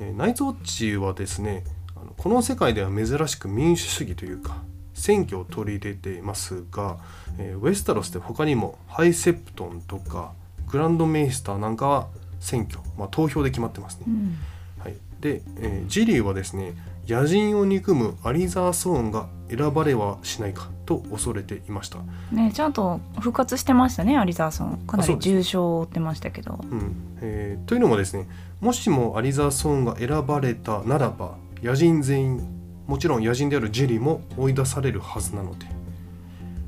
[SPEAKER 2] えーナイツウォッチはですねあのこの世界では珍しく民主主義というか選挙を取り入れていますが、えーウェスタロスで他にもハイセプトンとかグランドメイスターなんかは選挙、まあ、投票で決まってますね、
[SPEAKER 1] うん
[SPEAKER 2] はい、で、えージリーはですね野人を憎むアリザー・ソーンが選ばれはしないかと恐れていました、
[SPEAKER 1] ね、ちゃんと復活してましたねアリザーソンかな
[SPEAKER 2] あそう
[SPEAKER 1] り
[SPEAKER 2] です
[SPEAKER 1] 重傷を負ってましたけど
[SPEAKER 2] うんえーというのもですねもしもアリザー・ソーンが選ばれたならば野人全員もちろん野人であるジリーも追い出されるはずなので、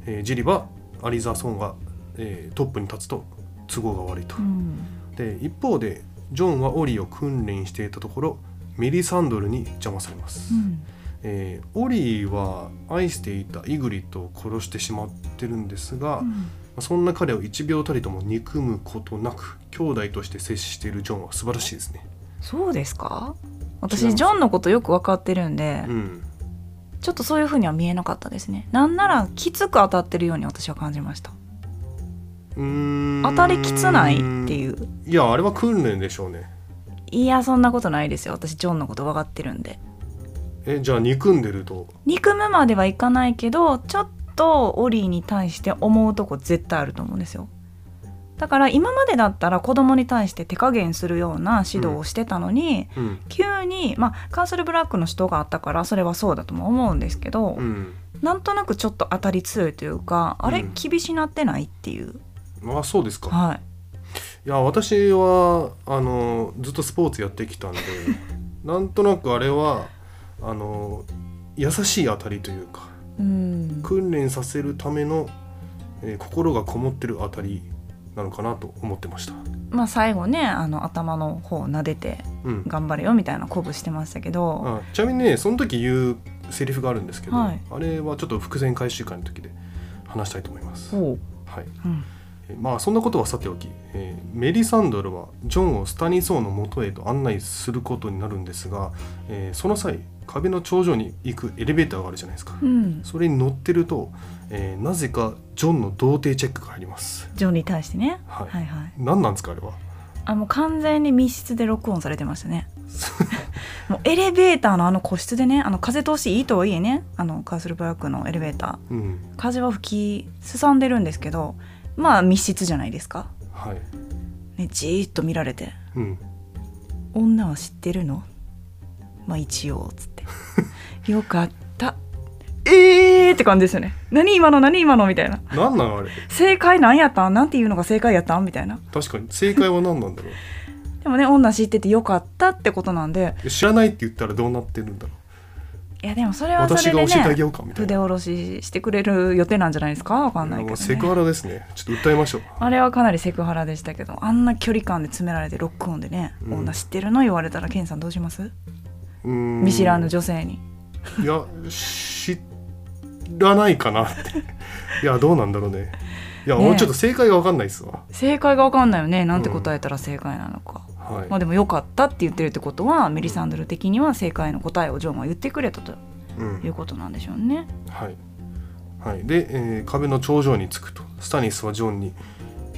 [SPEAKER 2] えージリーはアリザー・ソーンが、えートップに立つと都合が悪いと、
[SPEAKER 1] うん
[SPEAKER 2] で一方でジョンはオリーを訓練していたところメリサンドルに邪魔されます、
[SPEAKER 1] うん
[SPEAKER 2] えーオリーは愛していたイグリットを殺してしまってるんですが、
[SPEAKER 1] う
[SPEAKER 2] ま
[SPEAKER 1] ん
[SPEAKER 2] あそんな彼を1秒たりとも憎むことなく兄弟として接しているジョンは素晴らしいですね。
[SPEAKER 1] そうですか
[SPEAKER 2] 違いま
[SPEAKER 1] 私
[SPEAKER 2] す
[SPEAKER 1] ジョンのことよく分かってるんで、
[SPEAKER 2] うん、
[SPEAKER 1] ちょっとそういう風には見えなかったですねなんならきつく当たってるように私は感じました
[SPEAKER 2] うーん。
[SPEAKER 1] 当たりきつないっていうう
[SPEAKER 2] いやあれは訓練でしょうね。
[SPEAKER 1] いやそんなことないですよ私ジョンのこと分かってるんで
[SPEAKER 2] えじゃあ憎んでると
[SPEAKER 1] 憎むまではいかないけどちょっとオリーに対して思うとこ絶対あると思うんですよだから今までだったら子供に対して手加減するような指導をしてたのに、
[SPEAKER 2] うん
[SPEAKER 1] 急にまあカーソルブラックの人があったからそれはそうだとも思うんですけど、
[SPEAKER 2] うん
[SPEAKER 1] なんとなくちょっと当たり強いというかあれ
[SPEAKER 2] うん
[SPEAKER 1] 厳しなってないっていう、
[SPEAKER 2] あそうですか。
[SPEAKER 1] はい
[SPEAKER 2] いや私はあのずっとスポーツやってきたん でなんとなくあれはあの優しい当たりというか。
[SPEAKER 1] うん
[SPEAKER 2] 訓練させるための、えー心がこもってるあたりなのかなと思ってました。
[SPEAKER 1] まあ最後ねあの頭の方を撫でて
[SPEAKER 2] うん、
[SPEAKER 1] 頑張れよみたいな鼓舞してましたけど、
[SPEAKER 2] あちなみにねその時言うセリフがあるんですけど、
[SPEAKER 1] はい
[SPEAKER 2] あれはちょっと伏線回収会の時で話したいと思います。
[SPEAKER 1] おう
[SPEAKER 2] はい
[SPEAKER 1] うん
[SPEAKER 2] えーまあそんなことはさておき、えーメリサンドルはジョンをスタニソーの元へと案内することになるんですが、えーその際壁の頂上に行くエレベーターがあるじゃないですか。
[SPEAKER 1] うん、
[SPEAKER 2] それに乗ってると、えーなぜかジョンの童貞チェックが入ります。
[SPEAKER 1] ジョンに対してね、
[SPEAKER 2] はい
[SPEAKER 1] はいはい
[SPEAKER 2] 何なんですかあれは。
[SPEAKER 1] あもう完全に密室で録音されてましたね もうエレベーターのあの個室でねあの風通しいいとはいえねあのカーソルブラックのエレベータ
[SPEAKER 2] うん。
[SPEAKER 1] ー風は吹きすさんでるんですけどまあ密室じゃないですか、
[SPEAKER 2] はい。
[SPEAKER 1] ね、じーっと見られて
[SPEAKER 2] うん。
[SPEAKER 1] 「女は知ってるの?」まあ一応つって「 よかった」えーって感じですよね何今の何今のみたいな
[SPEAKER 2] なんなのあれ。
[SPEAKER 1] 正解なんやったんなんていうのが正解やったんみたいな
[SPEAKER 2] 確かに正解は何なんだろう
[SPEAKER 1] でもね女知っててよかったってことなんで
[SPEAKER 2] で。知らないって言ったらどうなってるんだろ
[SPEAKER 1] いやでもそれはそ
[SPEAKER 2] 私
[SPEAKER 1] れ
[SPEAKER 2] が
[SPEAKER 1] で
[SPEAKER 2] 教えてあげ
[SPEAKER 1] ね
[SPEAKER 2] ようかみたい
[SPEAKER 1] 筆
[SPEAKER 2] な。
[SPEAKER 1] 下ろししてくれる予定なんじゃないですかわかんないけ
[SPEAKER 2] も
[SPEAKER 1] ど、
[SPEAKER 2] う
[SPEAKER 1] ね、
[SPEAKER 2] セクハラですね。ちょっと訴えましょう。
[SPEAKER 1] あれはかなりセクハラでしたけどあんな距離感で詰められてロックオンでね「
[SPEAKER 2] うん
[SPEAKER 1] 女知ってるの?」言われたらケンさんどうします
[SPEAKER 2] うーん
[SPEAKER 1] 見知らぬ女性に
[SPEAKER 2] いや知らないかなって いやどうなんだろうねいや
[SPEAKER 1] ねえ
[SPEAKER 2] もうちょっと正解が分かんないっすわ、
[SPEAKER 1] 正解がわかんないよねなんて答えたら正解なのか、
[SPEAKER 2] はい
[SPEAKER 1] まあでも良かったって言ってるってことはメリサンドル的には正解の答えをジョンは言ってくれたと
[SPEAKER 2] うん
[SPEAKER 1] いうことなんでしょうね
[SPEAKER 2] はいはい、で、えー壁の頂上に着くとスタニスはジョンに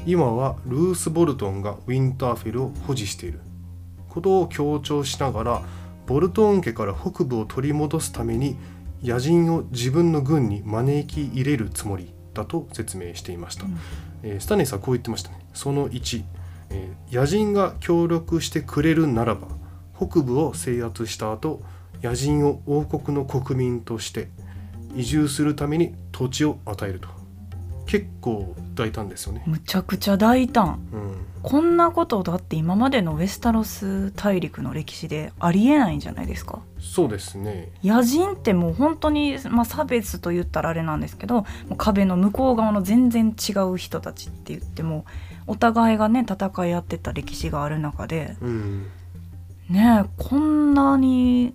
[SPEAKER 2] 今はルース・ボルトンがウィンターフェルを保持していることを強調しながらボルトン家から北部を取り戻すために野人を自分の軍に招き入れるつもりだと説明していました、
[SPEAKER 1] うん
[SPEAKER 2] えースタニスはこう言ってましたねその1、えー野人が協力してくれるならば北部を制圧した後野人を王国の国民として移住するために土地を与えると結構大胆ですよね、
[SPEAKER 1] むちゃくちゃ大胆
[SPEAKER 2] うん、
[SPEAKER 1] こんなことだって今までのウェスタロス大陸の歴史でありえないんじゃないですか
[SPEAKER 2] そうですね
[SPEAKER 1] 野人ってもう本当に、まあ、差別と言ったらあれなんですけどもう壁の向こう側の全然違う人たちって言ってもお互いがね戦い合ってた歴史がある中で
[SPEAKER 2] うん
[SPEAKER 1] ねえこんなに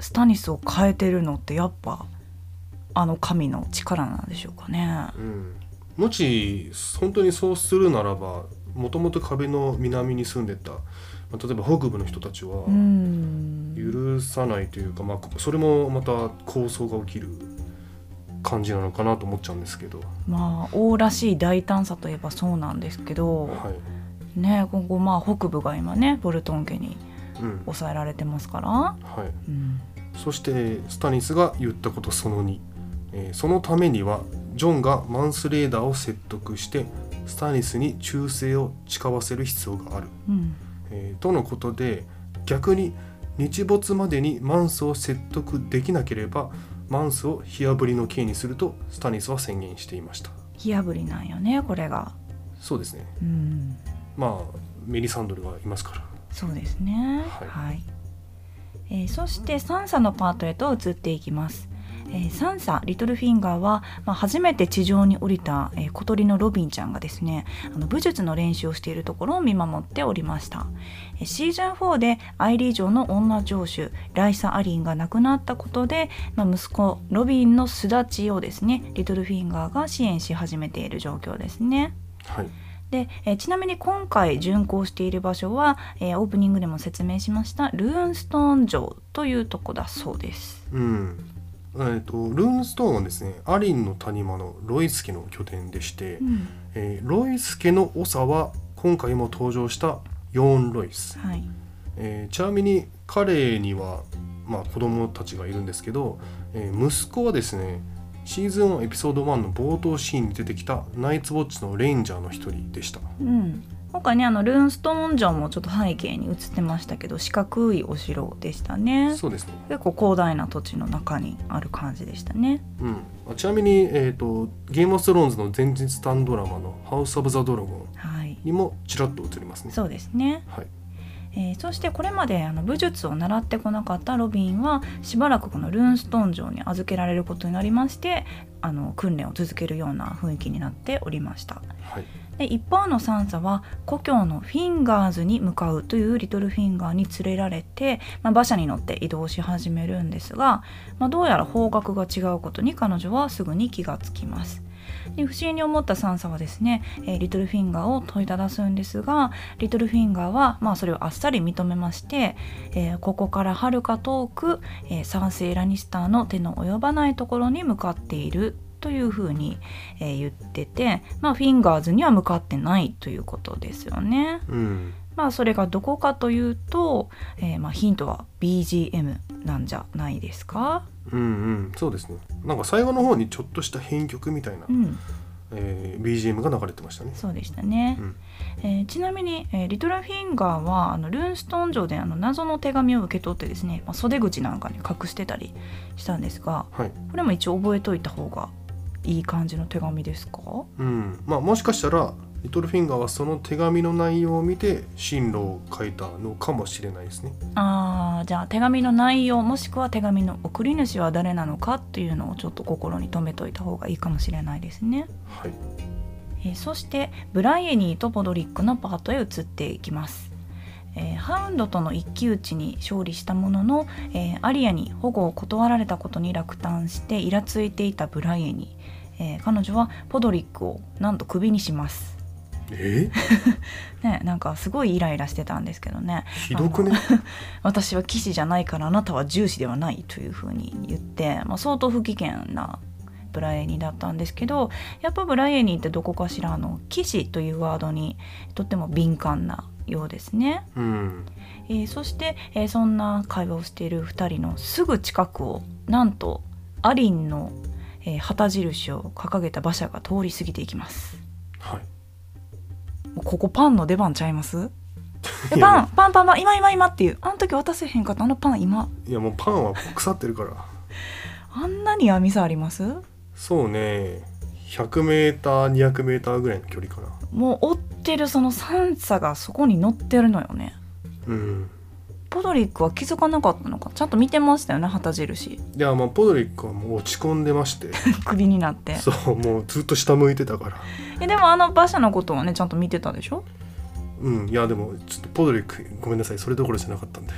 [SPEAKER 1] スタニスを変えてるのってやっぱあの神の力なんでしょうかね。
[SPEAKER 2] うんもし本当にそうするならばもともと壁の南に住んでた、まあ例えば北部の人たちは
[SPEAKER 1] うん
[SPEAKER 2] 許さないというか、まあ、それもまた抗争が起きる感じなのかなと思っちゃうんですけど、
[SPEAKER 1] まあ王らしい大胆さといえばそうなんですけど、
[SPEAKER 2] はい
[SPEAKER 1] ねえ今後まあ北部が今ねボルトン家に
[SPEAKER 2] うん
[SPEAKER 1] 抑えられてますから。
[SPEAKER 2] はい、
[SPEAKER 1] うん
[SPEAKER 2] そしてスタニスが言ったことその2、えーそのためにはジョンがマンスレーダーを説得してスタニスに忠誠を誓わせる必要がある、
[SPEAKER 1] うん
[SPEAKER 2] えーとのことで逆に日没までにマンスを説得できなければマンスを火あぶりの刑にするとスタニスは宣言していました
[SPEAKER 1] 火あぶりなんよねこれが
[SPEAKER 2] そうですね
[SPEAKER 1] うん
[SPEAKER 2] まあメリサンドルがいますから
[SPEAKER 1] そうですね
[SPEAKER 2] はい
[SPEAKER 1] はい、えーそしてサンサのパートへと移っていきます、えーサンサリトルフィンガーは、まあ、初めて地上に降りた、えー小鳥のロビンちゃんがですねあの武術の練習をしているところを見守っておりました、えーシーズン4でアイリー城の女城主ライサ・アリンが亡くなったことで、まあ、息子ロビンの巣立ちをですねリトルフィンガーが支援し始めている状況ですね、
[SPEAKER 2] はい
[SPEAKER 1] で、えーちなみに今回巡航している場所は、えーオープニングでも説明しましたルーンストーン城というとこだそうです。
[SPEAKER 2] うんえー、とルーンストーンはですねアリンの谷間のロイス家の拠点でして、えーロイス家の長は今回も登場したヨーン・ロイス、
[SPEAKER 1] はい、
[SPEAKER 2] えーちなみに彼には、まあ、子供たちがいるんですけど、えー息子はですねシーズン1エピソード1の冒頭シーンに出てきたナイツ・ウォッチのレンジャーの一人でした
[SPEAKER 1] うん、今回ねあのルーンストーン城もちょっと背景に映ってましたけど四角いお城でしたね。
[SPEAKER 2] そうですね、
[SPEAKER 1] 結構広大な土地の中にある感じでしたね。
[SPEAKER 2] うん、あちなみに、えー、とゲーム・オブ・スローンズの前日単ドラマの「ハウス・オブ・ザ・ドラゴン
[SPEAKER 1] はい」、
[SPEAKER 2] にもちらっと映りますね
[SPEAKER 1] そうですね。
[SPEAKER 2] はい
[SPEAKER 1] えーそしてこれまであの武術を習ってこなかったロビンはしばらくこのルーンストーン城に預けられることになりましてあの訓練を続けるような雰囲気になっておりました
[SPEAKER 2] はい
[SPEAKER 1] で一方のサンサは故郷のフィンガーズに向かうというリトルフィンガーに連れられて、まあ、馬車に乗って移動し始めるんですが、まあ、どうやら方角が違うことに彼女はすぐに気がつきます。で不審に思ったサンサはですね、えーリトルフィンガーを問いただすんですがリトルフィンガーは、まあ、それをあっさり認めまして、えーここからはるか遠く、えーサンセイ・ラニスターの手の及ばないところに向かっているというふうに、えー言ってて、まあ、フィンガーズには向かってないということですよね。
[SPEAKER 2] うん
[SPEAKER 1] まあ、それがどこかというと、えーまあ、ヒントは BGM なんじゃないですか、
[SPEAKER 2] うんうん、そうですねなんか最後の方にちょっとした編曲みたいな、
[SPEAKER 1] うん、
[SPEAKER 2] えー BGM が流れてましたね
[SPEAKER 1] そうでしたね
[SPEAKER 2] う、ん
[SPEAKER 1] えーちなみに、えーリトルフィンガーはあのルーンストーン城であの謎の手紙を受け取ってですね、まあ、袖口なんかに隠してたりしたんですが
[SPEAKER 2] はい、
[SPEAKER 1] これも一応覚えといた方がいい感じの手紙ですか
[SPEAKER 2] うん、まあもしかしたらリトルフィンガーはその手紙の内容を見て進路を書いたのかもしれないですね。
[SPEAKER 1] あーじゃあ手紙の内容もしくは手紙の送り主は誰なのかっていうのをちょっと心に留めといた方がいいかもしれないですね。
[SPEAKER 2] はい、
[SPEAKER 1] えーそしてブライエニーとポドリックのパートへ移っていきます、えーハウンドとの一騎打ちに勝利したものの、えーアリアに保護を断られたことに落胆してイラついていたブライエニー、えー彼女はポドリックをなんとクビにします
[SPEAKER 2] え
[SPEAKER 1] ねなんかすごいイライラしてたんですけどね
[SPEAKER 2] ひどくね。
[SPEAKER 1] 私は騎士じゃないからあなたは重視ではないというふうに言って、まあ、相当不機嫌なブライエニだったんですけどやっぱブライエニってどこかしらあの騎士というワードにとっても敏感なようですね、
[SPEAKER 2] うん、
[SPEAKER 1] えーそして、えーそんな会話をしている2人のすぐ近くをなんとアリンの、えー旗印を掲げた馬車が通り過ぎていきます
[SPEAKER 2] はい。
[SPEAKER 1] もうここパンの出番ちゃいますえ
[SPEAKER 2] いや
[SPEAKER 1] パンパンパンパン今今今っていうあの時渡せへんかったあのパン今
[SPEAKER 2] いやもうパンは腐ってるから。
[SPEAKER 1] あんなに闇さあります
[SPEAKER 2] そうね。100メーター、200メーターぐらいの距離かな。
[SPEAKER 1] もう追ってるその3差がそこに乗ってるのよね
[SPEAKER 2] うん。
[SPEAKER 1] ポドリックは気づかなかったのかちゃんと見てましたよね旗印
[SPEAKER 2] いやまあポドリックはもう落ち込んでまして、
[SPEAKER 1] クビになって
[SPEAKER 2] そうもうずっと下向いてたから。
[SPEAKER 1] えでもあの馬車のことはねちゃんと見てたでしょ
[SPEAKER 2] うん、いやでもちょっとポドリックごめんなさいそれどころじゃなかったんで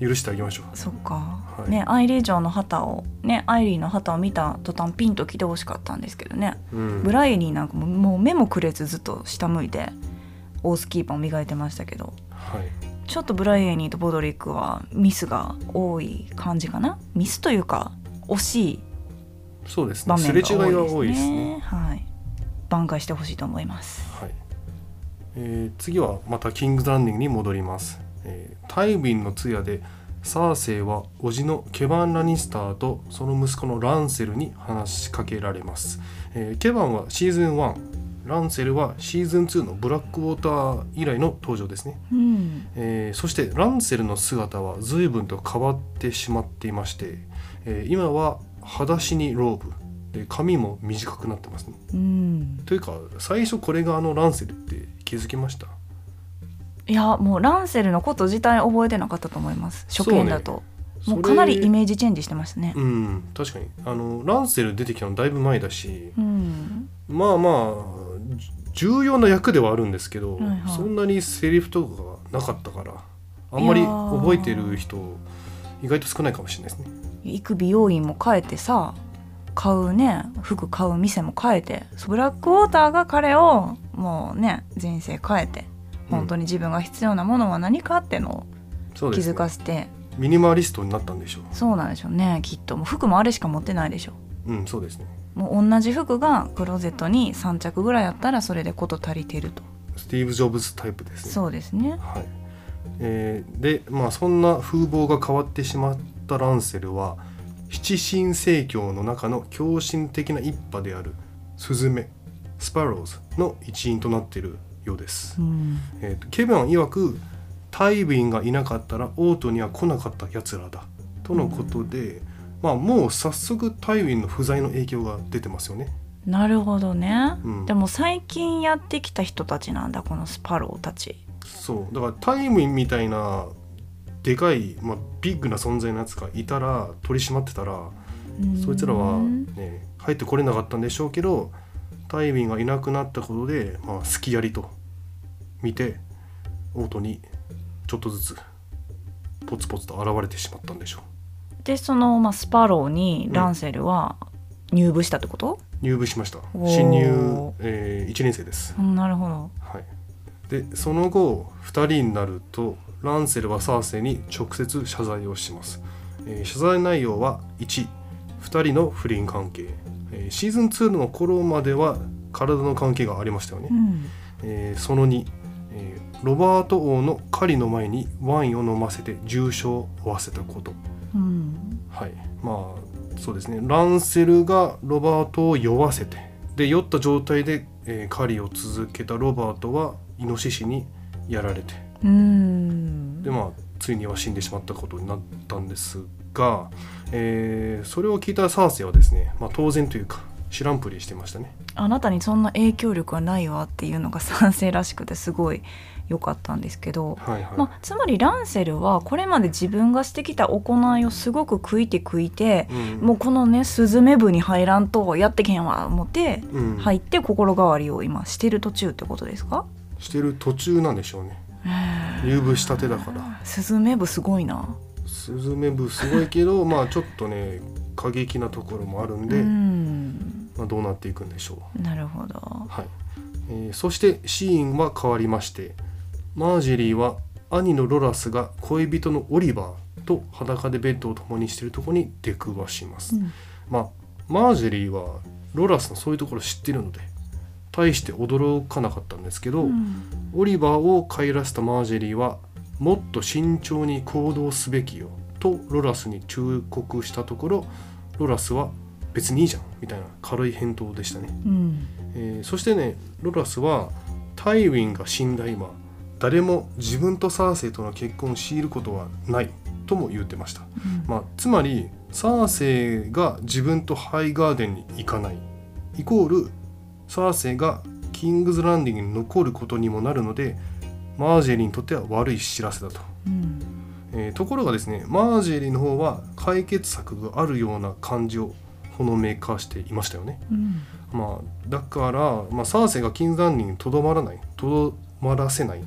[SPEAKER 2] 許してあげましょう
[SPEAKER 1] そっか、
[SPEAKER 2] い
[SPEAKER 1] ねアイリー城の旗をねアイリーの旗を見た途端ピンと来てほしかったんですけどね、
[SPEAKER 2] うん
[SPEAKER 1] ブライエニーなんかももう目もくれずずっと下向いてオースキーパーを磨いてましたけど
[SPEAKER 2] はい、
[SPEAKER 1] ちょっとブライエニーとボドリックはミスが多い感じかなミスというか惜しい
[SPEAKER 2] そうです
[SPEAKER 1] 場
[SPEAKER 2] ね
[SPEAKER 1] 面
[SPEAKER 2] す
[SPEAKER 1] が多い
[SPEAKER 2] れ
[SPEAKER 1] です
[SPEAKER 2] 違い
[SPEAKER 1] ね
[SPEAKER 2] が多いですね
[SPEAKER 1] はい挽回してほしいと思います
[SPEAKER 2] はい、えー次はまたキングズランディングに戻ります、えータイウィンの通夜でサーセイは叔父のケバン・ラニスターとその息子のランセルに話しかけられます、えーケバンはシーズン1ランセルはシーズン2のブラックウォーター以来の登場ですね
[SPEAKER 1] うん
[SPEAKER 2] えーそしてランセルの姿は随分と変わってしまっていまして、えー今は裸足にローブで髪も短くなってますね
[SPEAKER 1] うん
[SPEAKER 2] というか最初これがあのランセルって気づきました
[SPEAKER 1] いやもうランセルのこと自体覚えてなかったと思います初見だと、もうかなりイ
[SPEAKER 2] ージ
[SPEAKER 1] メージチェンジしてましたね
[SPEAKER 2] うん確かにあのランセル出てきたのだいぶ前だし
[SPEAKER 1] うん
[SPEAKER 2] まあまあじ重要な役ではあるんですけど、
[SPEAKER 1] はいはい
[SPEAKER 2] そんなにセリフとかがなかったからあんまり
[SPEAKER 1] いやー
[SPEAKER 2] 覚えてる人意外と少ないかもしれないですね
[SPEAKER 1] 行く美容院も変えてさ買うね服買う店も変えてそうブラックウォーターが彼をもうね人生変えて本当に自分が必要なものは何かっての
[SPEAKER 2] そ
[SPEAKER 1] を
[SPEAKER 2] う
[SPEAKER 1] 気
[SPEAKER 2] です、
[SPEAKER 1] づ
[SPEAKER 2] ね
[SPEAKER 1] か、せて、
[SPEAKER 2] ミニマリストになったんでしょ
[SPEAKER 1] そうなんでしょうねきっともう服もあれしか持ってないでしょ
[SPEAKER 2] ううんそうですね
[SPEAKER 1] もう同じ服がクローゼットに3着ぐらいあったらそれで事足りてると
[SPEAKER 2] スティーブ・ジョブズタイプですね。
[SPEAKER 1] そうですね
[SPEAKER 2] はいえーで、まあ、そんな風貌が変わってしまったランセルは七神聖教の中の狂神的な一派であるスズメスパローズの一員となっているようです
[SPEAKER 1] う、ん
[SPEAKER 2] えーとケビン曰くタイウィンがいなかったらオートには来なかったやつらだとのことで、まあ、もう早速タイウィンの不在の影響が出てますよね。
[SPEAKER 1] なるほどね、
[SPEAKER 2] うん
[SPEAKER 1] でも最近やってきた人たちなんだこのスパローたち
[SPEAKER 2] そうだからタイムみたいなでかい、まあ、ビッグな存在のやつがいたら取り締まってたらそいつらは、
[SPEAKER 1] うん
[SPEAKER 2] ね、入ってこれなかったんでしょうけどタイミンがいなくなったことで、まあ、隙やりと見てオートにちょっとずつポツポツと現れてしまったんでしょ
[SPEAKER 1] でその、まあ、スパローにランセルは入部したってこと、
[SPEAKER 2] う入部しました
[SPEAKER 1] おー
[SPEAKER 2] 新入、え1年生です、
[SPEAKER 1] うん、なるほど
[SPEAKER 2] はい、でその後2人になるとランセルはサーセイに直接謝罪をします、えー謝罪内容は12人の不倫関係、えーシーズン2の頃までは体の関係がありましたよね
[SPEAKER 1] う、ん
[SPEAKER 2] えーその2、えーロバート王の狩りの前にワインを飲ませて重傷を負わせたこと
[SPEAKER 1] うん
[SPEAKER 2] はいまあそうですねランセルがロバートを酔わせてで酔った状態で、えー狩りを続けたロバートはイノシシにやられて
[SPEAKER 1] うん
[SPEAKER 2] でまあついには死んでしまったことになったんですが、えーそれを聞いたサーセイはですね、まあ、当然というか知らんぷりしてましたね
[SPEAKER 1] あなたにそんな影響力はないわっていうのが賛成らしくてすごい良かったんですけど、
[SPEAKER 2] はいはい、
[SPEAKER 1] まあ、つまりランセルはこれまで自分がしてきた行いをすごく悔いて悔いて、
[SPEAKER 2] うん、
[SPEAKER 1] もうこのねスズメ部に入らんとやってけんわ思って
[SPEAKER 2] うん
[SPEAKER 1] 入って心変わりを今してる途中ってことですか
[SPEAKER 2] してる途中なんでしょうね
[SPEAKER 1] へ
[SPEAKER 2] 入部したてだから
[SPEAKER 1] ースズメ部すごいな。
[SPEAKER 2] スズメ部すごいけどまあちょっとね過激なところもあるんで、
[SPEAKER 1] うん
[SPEAKER 2] まあ、どうなっていくんでしょう
[SPEAKER 1] なるほど。
[SPEAKER 2] はい、えーそしてシーンは変わりましてマージェリーは兄のロラスが恋人のオリバーと裸でベッドを共にしているところに出くわします、
[SPEAKER 1] うん
[SPEAKER 2] まあマージェリーはロラスのそういうところ知ってるので大して驚かなかったんですけど、
[SPEAKER 1] うん
[SPEAKER 2] オリバーを帰らせたマージェリーはもっと慎重に行動すべきよとロラスに忠告したところロラスは別にいいじゃんみたいな軽い返答でしたね
[SPEAKER 1] うん
[SPEAKER 2] えーそしてねロラスはタイウィンが死んだ今誰も自分とサーセイとの結婚を強いることはないとも言ってました、まあ、つまりサーセイが自分とハイガーデンに行かないイコールサーセイがキングズランディングに残ることにもなるのでマージェリーにとっては悪い知らせだと、
[SPEAKER 1] うん
[SPEAKER 2] えーところがですねマージェリーの方は解決策があるような感じをほのめかしていましたよね
[SPEAKER 1] うん
[SPEAKER 2] まあ、だから、まあ、サーセイが金山林にとどまらないとどまらせない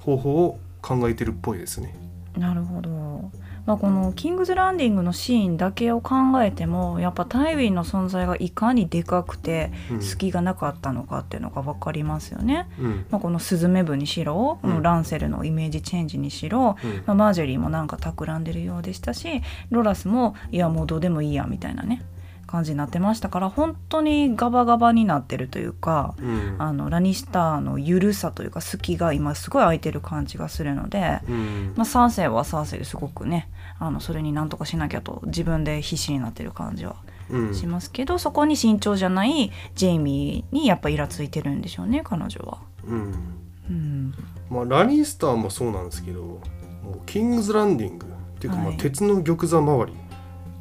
[SPEAKER 2] 方法を考えてるっぽいですね。
[SPEAKER 1] なるほど、まあ、この「キングズ・ランディング」のシーンだけを考えてもやっぱタイウィンの存在がいかにでかくて
[SPEAKER 2] うん
[SPEAKER 1] 隙がなかったのかっていうのが分かりますよね。
[SPEAKER 2] うん
[SPEAKER 1] まあ、このスズメ部にしろこ
[SPEAKER 2] う
[SPEAKER 1] の
[SPEAKER 2] ん
[SPEAKER 1] ランセルのイメージチェンジにしろ、
[SPEAKER 2] うん
[SPEAKER 1] まあ、マージェリーもなんか企んでるようでしたしロラスもいやもうどうでもいいやみたいなね感じになってましたから本当にガバガバになってるというか。
[SPEAKER 2] うん
[SPEAKER 1] あのラニスターの緩さというか隙が今すごい空いてる感じがするので、
[SPEAKER 2] うん
[SPEAKER 1] まあ、サーセイはサーセイですごくねあのそれになんとかしなきゃと自分で必死になってる感じは
[SPEAKER 2] うん
[SPEAKER 1] しますけど、そこに慎重じゃないジェイミーにやっぱイラついてるんでしょうね彼女は。
[SPEAKER 2] うん
[SPEAKER 1] うん
[SPEAKER 2] まあ、ラニスターもそうなんですけどもうキングズランディングっていうか、ま
[SPEAKER 1] は
[SPEAKER 2] あ、
[SPEAKER 1] い
[SPEAKER 2] 鉄の玉座周り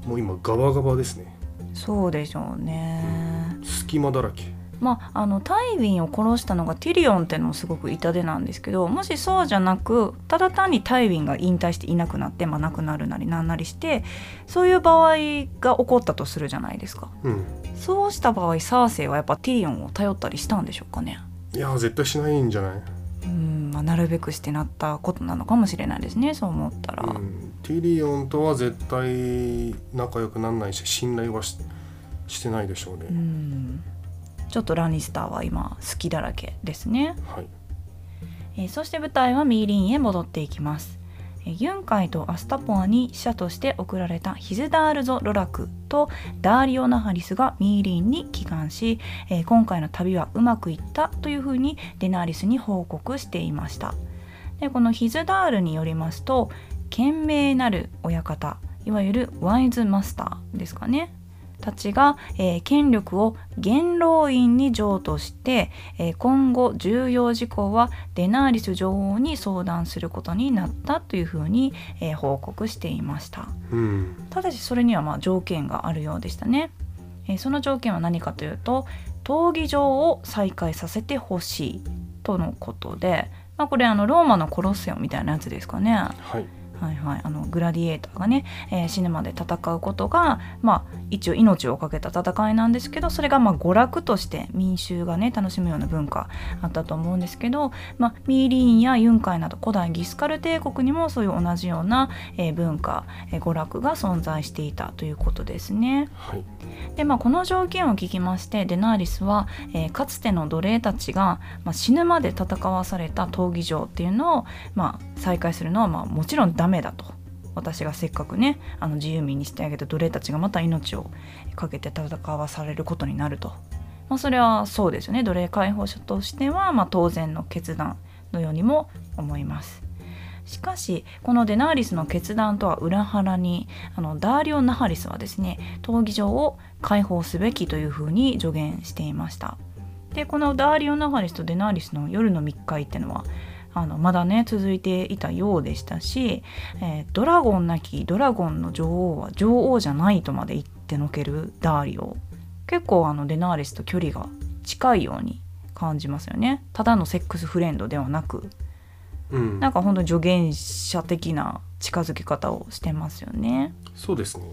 [SPEAKER 2] もう今ガバガバですね
[SPEAKER 1] そうでしょうね。
[SPEAKER 2] 隙間だらけ。
[SPEAKER 1] まあ、あのタイウィンを殺したのがティリオンってのもすごく痛手なんですけどもしそうじゃなくただ単にタイウィンが引退していなくなって、まあ、亡くなるなりなんなりしてそういう場合が起こったとするじゃないですか
[SPEAKER 2] うん
[SPEAKER 1] そうした場合サーセイはやっぱティリオンを頼ったりしたんでしょうかね
[SPEAKER 2] いやー絶対しないんじゃない、
[SPEAKER 1] うんまあ、なるべくしてなったことなのかもしれないですねそう思ったら、
[SPEAKER 2] うん、ティリオンとは絶対仲良くなんないし信頼はししてないでしょうね。
[SPEAKER 1] うんちょっとラニスターは今好きだらけですね、
[SPEAKER 2] はい
[SPEAKER 1] えーそして舞台はミーリンへ戻っていきます、えーユンカイとアスタポアに使者として送られたヒズダールゾ・ロラクとダーリオ・ナハリスがミーリンに帰還し、えー今回の旅はうまくいったというふうにデナーリスに報告していましたでこのヒズダールによりますと賢明なる親方いわゆるワイズマスターですかねたちが、えー権力を元老院に譲渡して、えー今後重要事項はデナーリス女王に相談することになったというふうに、えー報告していました
[SPEAKER 2] うん
[SPEAKER 1] ただしそれにはまあ条件があるようでしたね、えーその条件は何かというと闘技場を再開させてほしいとのことで、まあ、これあのローマのコロッセオみたいなやつですかね
[SPEAKER 2] はい、
[SPEAKER 1] はいはい、あのグラディエーターがね、えー死ぬまで戦うことが、まあ、一応命を懸けた戦いなんですけどそれがまあ娯楽として民衆がね楽しむような文化あったと思うんですけど、まあ、ミーリーンやユンカイなど古代ギスカル帝国にもそういう同じような、えー文化、えー娯楽が存在していたということですね。
[SPEAKER 2] はい、
[SPEAKER 1] でまあ、この条件を聞きましてデナーリスは、えーかつての奴隷たちが、まあ、死ぬまで戦わされた闘技場っていうのを、まあ、再開するのは、まあ、もちろんダメだと私がせっかくねあの自由民にしてあげた奴隷たちがまた命をかけて戦わされることになると、まあ、それはそうですよね奴隷解放者としては、まあ、当然の決断のようにも思います。しかしこのデナーリスの決断とは裏腹にあのダーリオ・ナハリスはですね闘技場を解放すべきというふうに助言していましたでこのダーリオ・ナハリスとデナーリスの夜の密会っていうのはあのまだね続いていたようでしたし、えードラゴンなきドラゴンの女王は女王じゃないとまで言ってのけるダーリオ結構あのデナーレスと距離が近いように感じますよねただのセックスフレンドではなく
[SPEAKER 2] うん
[SPEAKER 1] なんかほんと助言者的な近づき方をしてますよね
[SPEAKER 2] そうですね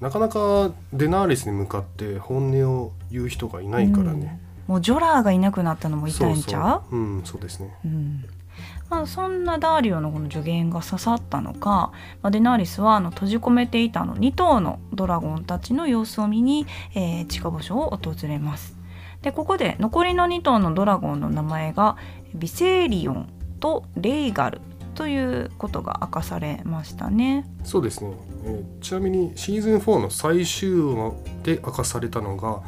[SPEAKER 2] なかなかデナーレスに向かって本音を言う人がいないからね、
[SPEAKER 1] もうジョラーがいなくなったのも痛いんちゃう
[SPEAKER 2] そうそううんそうですね
[SPEAKER 1] うんまあ、そんなダーリオのこの助言が刺さったのか、まあ、デナーリスはあの閉じ込めていたあの2頭のドラゴンたちの様子を見に、えー、地下墓所を訪れますでここで残りの2頭のドラゴンの名前がビセーリオンとレイガルということが明かされましたね
[SPEAKER 2] そうですね、えーちなみにシーズン4の最終話で明かされたのが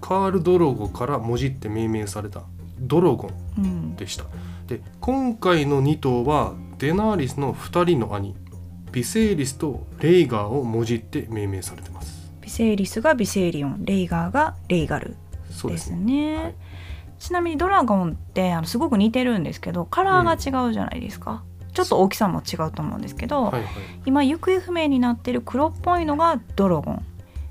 [SPEAKER 2] カール・ドロゴからもじって命名されたドロゴン
[SPEAKER 1] うん
[SPEAKER 2] でしたで今回の2頭はデナーリスの2人の兄ビセイリスとレイガーをもじって命名されてます
[SPEAKER 1] ビセーリスがビセーリオンレイガーがレイガル
[SPEAKER 2] そう
[SPEAKER 1] で
[SPEAKER 2] ですす
[SPEAKER 1] ね
[SPEAKER 2] ねはい
[SPEAKER 1] ちなみにドラゴンってあのすごく似てるんですけどカラーが違うじゃないですか、ちょっと大きさも違うと思うんですけど、
[SPEAKER 2] はいはい、
[SPEAKER 1] 今行方不明になってる黒っぽいのがドラゴン、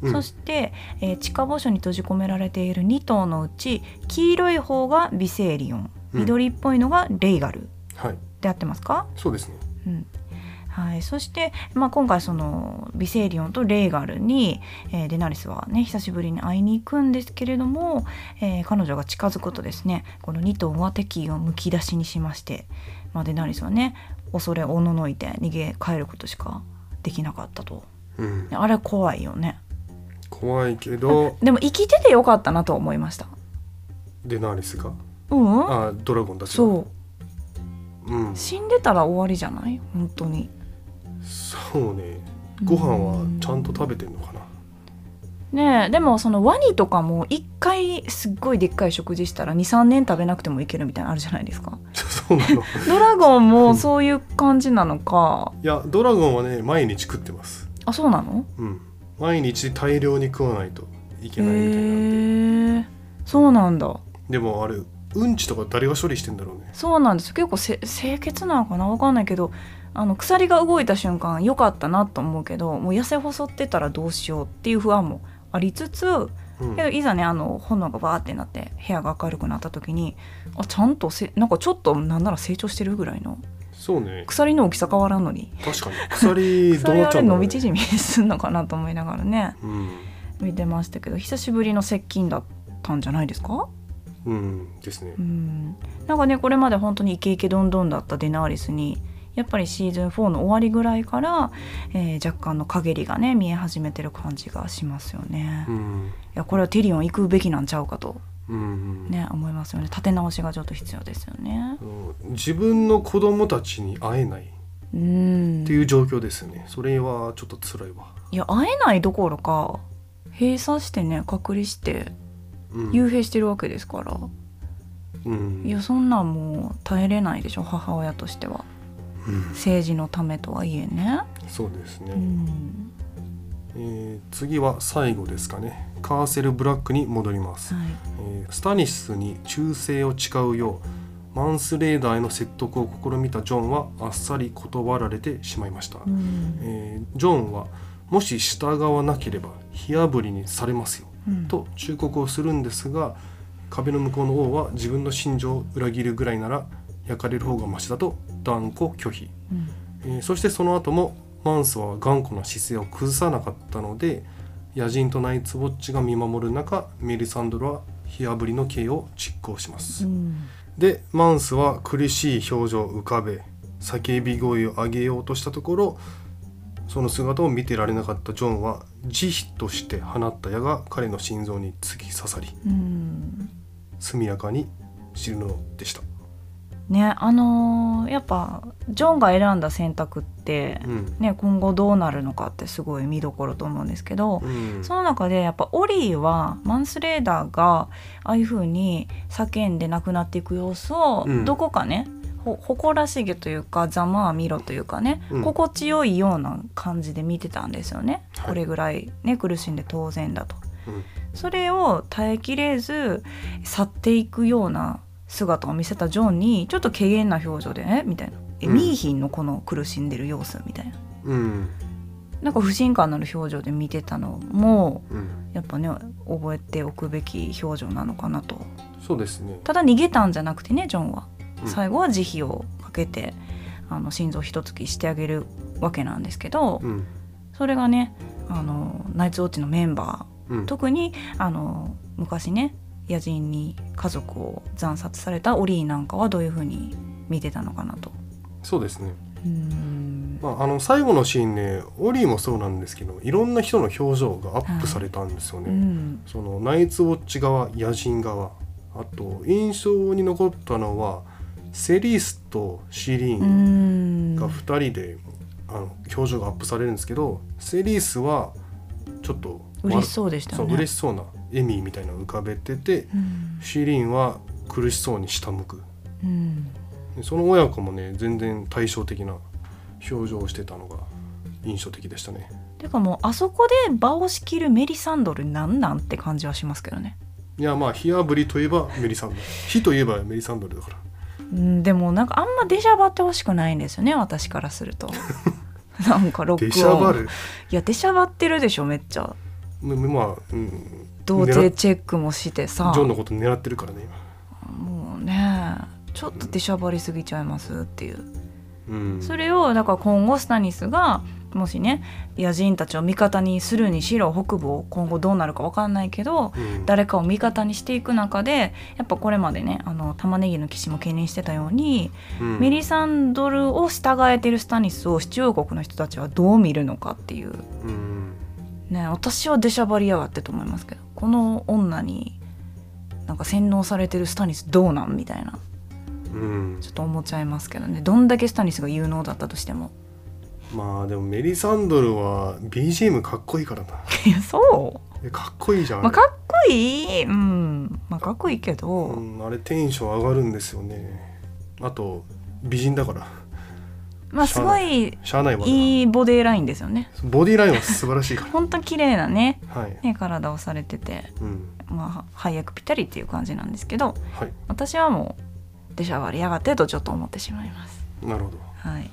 [SPEAKER 2] うん
[SPEAKER 1] そして、えー地下墓所に閉じ込められている2頭のうち黄色い方がビセーリオン
[SPEAKER 2] うん
[SPEAKER 1] 緑っぽいのがレイガル
[SPEAKER 2] はい
[SPEAKER 1] で合ってますか、
[SPEAKER 2] そうですね
[SPEAKER 1] うんはい、そして、まあ、今回そのビセーリオンとレイガルに、えーデナリスはね久しぶりに会いに行くんですけれども、えー彼女が近づくとですねこの2頭は敵意をむき出しにしまして、まあ、デナリスはね恐れおののいて逃げ帰ることしかできなかったと
[SPEAKER 2] うん
[SPEAKER 1] ねあれ怖いよね
[SPEAKER 2] 怖いけど
[SPEAKER 1] でも生きててよかったなと思いました
[SPEAKER 2] デナーリスが
[SPEAKER 1] うん
[SPEAKER 2] あドラゴンたちが
[SPEAKER 1] そう
[SPEAKER 2] うん
[SPEAKER 1] 死んでたら終わりじゃない本当に
[SPEAKER 2] そうねご飯はちゃんと食べてんのかな
[SPEAKER 1] ねえでもそのワニとかも一回すっごいでっかい食事したら23年食べなくてもいけるみたいなのあるじゃないです か
[SPEAKER 2] そうなのい
[SPEAKER 1] ドラゴンもそういう感じなのか
[SPEAKER 2] やドラゴンはね毎日食ってます
[SPEAKER 1] あそうなの
[SPEAKER 2] うん毎日大量に食わないといけ
[SPEAKER 1] へ
[SPEAKER 2] ないみたいなんで
[SPEAKER 1] えそうなんだ
[SPEAKER 2] でもあれうんちとか誰が処理してんだろうね
[SPEAKER 1] そうなんですよ結構せ清潔なのかなわかんないけどあの鎖が動いた瞬間良かったなと思うけどもう痩せ細ってたらどうしようっていう不安もありつつ
[SPEAKER 2] うん
[SPEAKER 1] けどいざねあの炎がバーってなって部屋が明るくなった時にあちゃんとせなんかちょっとなんなら成長してるぐらいの
[SPEAKER 2] そうね
[SPEAKER 1] 鎖の大きさ変わらんのに
[SPEAKER 2] 確かに鎖ど
[SPEAKER 1] 鎖
[SPEAKER 2] うな
[SPEAKER 1] あ
[SPEAKER 2] っち
[SPEAKER 1] れ
[SPEAKER 2] ゃうんだ
[SPEAKER 1] 伸
[SPEAKER 2] ろう
[SPEAKER 1] び
[SPEAKER 2] ね
[SPEAKER 1] 縮みすんのかなと思いながらね
[SPEAKER 2] うん
[SPEAKER 1] 見てましたけど久しぶりの接近だったんじゃないですか
[SPEAKER 2] うんですね
[SPEAKER 1] うんなんかねこれまで本当にイケイケどんどんだったデナーリスにやっぱりシーズン4の終わりぐらいから、えー若干の陰りがね見え始めてる感じがしますよね、
[SPEAKER 2] う
[SPEAKER 1] い
[SPEAKER 2] ん
[SPEAKER 1] やこれはティリオン行くべきなんちゃうかと
[SPEAKER 2] うん、
[SPEAKER 1] ね思いますよね立て直しがちょっと必要ですよね
[SPEAKER 2] うん自分の子供たちに会えないっ
[SPEAKER 1] うん
[SPEAKER 2] ていう状況ですよねそれはちょっと辛いわ、
[SPEAKER 1] いや会えないどころか閉鎖してね隔離して
[SPEAKER 2] うん
[SPEAKER 1] 幽閉してるわけですから、
[SPEAKER 2] うん
[SPEAKER 1] いやそんなんもう耐えれないでしょ母親としては
[SPEAKER 2] うん
[SPEAKER 1] 政治のためとはいえね、
[SPEAKER 2] そうですね、
[SPEAKER 1] うん
[SPEAKER 2] えー次は最後ですかねカーセルブラックに戻ります、
[SPEAKER 1] はい、
[SPEAKER 2] えースタニスに忠誠を誓うようマンスレーダーへの説得を試みたジョンはあっさり断られてしまいました、
[SPEAKER 1] うん
[SPEAKER 2] えージョンはもし従わなければ火炙りにされますよ
[SPEAKER 1] うん
[SPEAKER 2] と忠告をするんですが壁の向こうの王は自分の心情を裏切るぐらいなら焼かれる方がマシだと断固拒否、
[SPEAKER 1] うん
[SPEAKER 2] えーそしてその後もマンスは頑固な姿勢を崩さなかったので野人とナイツウォッチが見守る中メリサンドラは火炙りの刑を実行します、
[SPEAKER 1] うん
[SPEAKER 2] でマンスは苦しい表情を浮かべ叫び声を上げようとしたところその姿を見てられなかったジョンは慈悲として放った矢が彼の心臓に突き刺さり
[SPEAKER 1] うん
[SPEAKER 2] 速やかに死ぬのでした、
[SPEAKER 1] ねあのーやっぱジョンが選んだ選択って、
[SPEAKER 2] うん
[SPEAKER 1] ね、今後どうなるのかってすごい見どころと思うんですけど、
[SPEAKER 2] うん
[SPEAKER 1] その中でやっぱオリーはマンスレーダーがああいう風に叫んで亡くなっていく様子を
[SPEAKER 2] うん
[SPEAKER 1] どこかね、ほ誇らしげというかざまあ見ろというかね、
[SPEAKER 2] うん
[SPEAKER 1] 心地よいような感じで見てたんですよね、
[SPEAKER 2] はい
[SPEAKER 1] これぐらい、ね、苦しんで当然だと。
[SPEAKER 2] うん
[SPEAKER 1] それを耐えきれず去っていくような姿を見せたジョンにちょっと軽減な表情で「えみたいな「え
[SPEAKER 2] うん
[SPEAKER 1] 見いひんのこの苦しんでる様子」みたいな
[SPEAKER 2] うん
[SPEAKER 1] なんか不信感のある表情で見てたのも
[SPEAKER 2] うん、
[SPEAKER 1] やっぱね覚えておくべき表情なのかなと
[SPEAKER 2] そうですね。
[SPEAKER 1] ただ逃げたんじゃなくてねジョンは
[SPEAKER 2] うん
[SPEAKER 1] 最後は慈悲をかけてあの心臓一突きしてあげるわけなんですけど
[SPEAKER 2] うん、
[SPEAKER 1] それがねあのナイツウォッチのメンバ
[SPEAKER 2] うん
[SPEAKER 1] ー、特にあの昔ね野人に家族を惨殺されたオリーなんかはどういうふうに見てたのかなと。
[SPEAKER 2] そうですね。
[SPEAKER 1] うん
[SPEAKER 2] まあ、あの最後のシーンね、オリーもそうなんですけど、いろんな人の表情がアップされたんですよね。
[SPEAKER 1] うん
[SPEAKER 2] そのナイツウォッチ側、野人側、あと印象に残ったのはセリスとシリーン。
[SPEAKER 1] うん
[SPEAKER 2] が2人であの表情がアップされるんですけどセリースはちょっと
[SPEAKER 1] 嬉しそうでした
[SPEAKER 2] そ
[SPEAKER 1] よ
[SPEAKER 2] う
[SPEAKER 1] ね。
[SPEAKER 2] 嬉しそうなエミーみたいなの浮かべてて
[SPEAKER 1] うん
[SPEAKER 2] シリーンは苦しそうに下向く
[SPEAKER 1] うん
[SPEAKER 2] でその親子もね全然対照的な表情をしてたのが印象的でしたね
[SPEAKER 1] てかもうあそこで場を仕切るメリサンドルなんなんって感じはしますけどね。
[SPEAKER 2] いやまあ火あぶりといえばメリサンドル火といえばメリサンドルだから
[SPEAKER 1] うんでもなんかあんま出しゃばってほしくないんですよね私からす ると。なんかロック
[SPEAKER 2] 出
[SPEAKER 1] オン
[SPEAKER 2] しゃばる
[SPEAKER 1] いや出しゃばってるでしょめっちゃ
[SPEAKER 2] ままあ、うん、
[SPEAKER 1] 童
[SPEAKER 2] 狙
[SPEAKER 1] 貞
[SPEAKER 2] っ
[SPEAKER 1] チェックもしてさ
[SPEAKER 2] ジョンのこと狙ってるからね
[SPEAKER 1] もうねちょっと出しゃばりすぎちゃいますっていう
[SPEAKER 2] 今、うん、
[SPEAKER 1] それをだから今後スタニスがもしね野人たちを味方にするにしろ北部を今後どうなるか分かんないけど
[SPEAKER 2] うん
[SPEAKER 1] 誰かを味方にしていく中でやっぱこれまでねあの玉ねぎの騎士も懸念してたように、
[SPEAKER 2] うん
[SPEAKER 1] メリサンドルを従えてるスタニスを中国の人たちはどう見るのかっていう
[SPEAKER 2] うん
[SPEAKER 1] ね私は出しゃばりやがってと思いますけどこの女になんか洗脳されてるスタニスどうなんみたいな
[SPEAKER 2] うん
[SPEAKER 1] ちょっと思っちゃいますけどねどんだけスタニスが有能だったとして も
[SPEAKER 2] まあでもメリサンドルは BGM かっこいいからない
[SPEAKER 1] やそ
[SPEAKER 2] えかっこいいじゃ、
[SPEAKER 1] うんまあかっこいいうんまあかっこいいけど、
[SPEAKER 2] うん、あれテンション上がるんですよねあと美人だから
[SPEAKER 1] まあすごい
[SPEAKER 2] しゃあないわない
[SPEAKER 1] いボディラインですよね
[SPEAKER 2] ボディラインは素晴らしいか
[SPEAKER 1] 本当綺麗なね
[SPEAKER 2] ら はい、
[SPEAKER 1] ね体をされてて
[SPEAKER 2] うん、
[SPEAKER 1] まあ配役ぴったりっていう感じなんですけど
[SPEAKER 2] はい
[SPEAKER 1] 私はもう出しゃばりやがってとちょっと思ってしまいます。
[SPEAKER 2] なるほど
[SPEAKER 1] はい。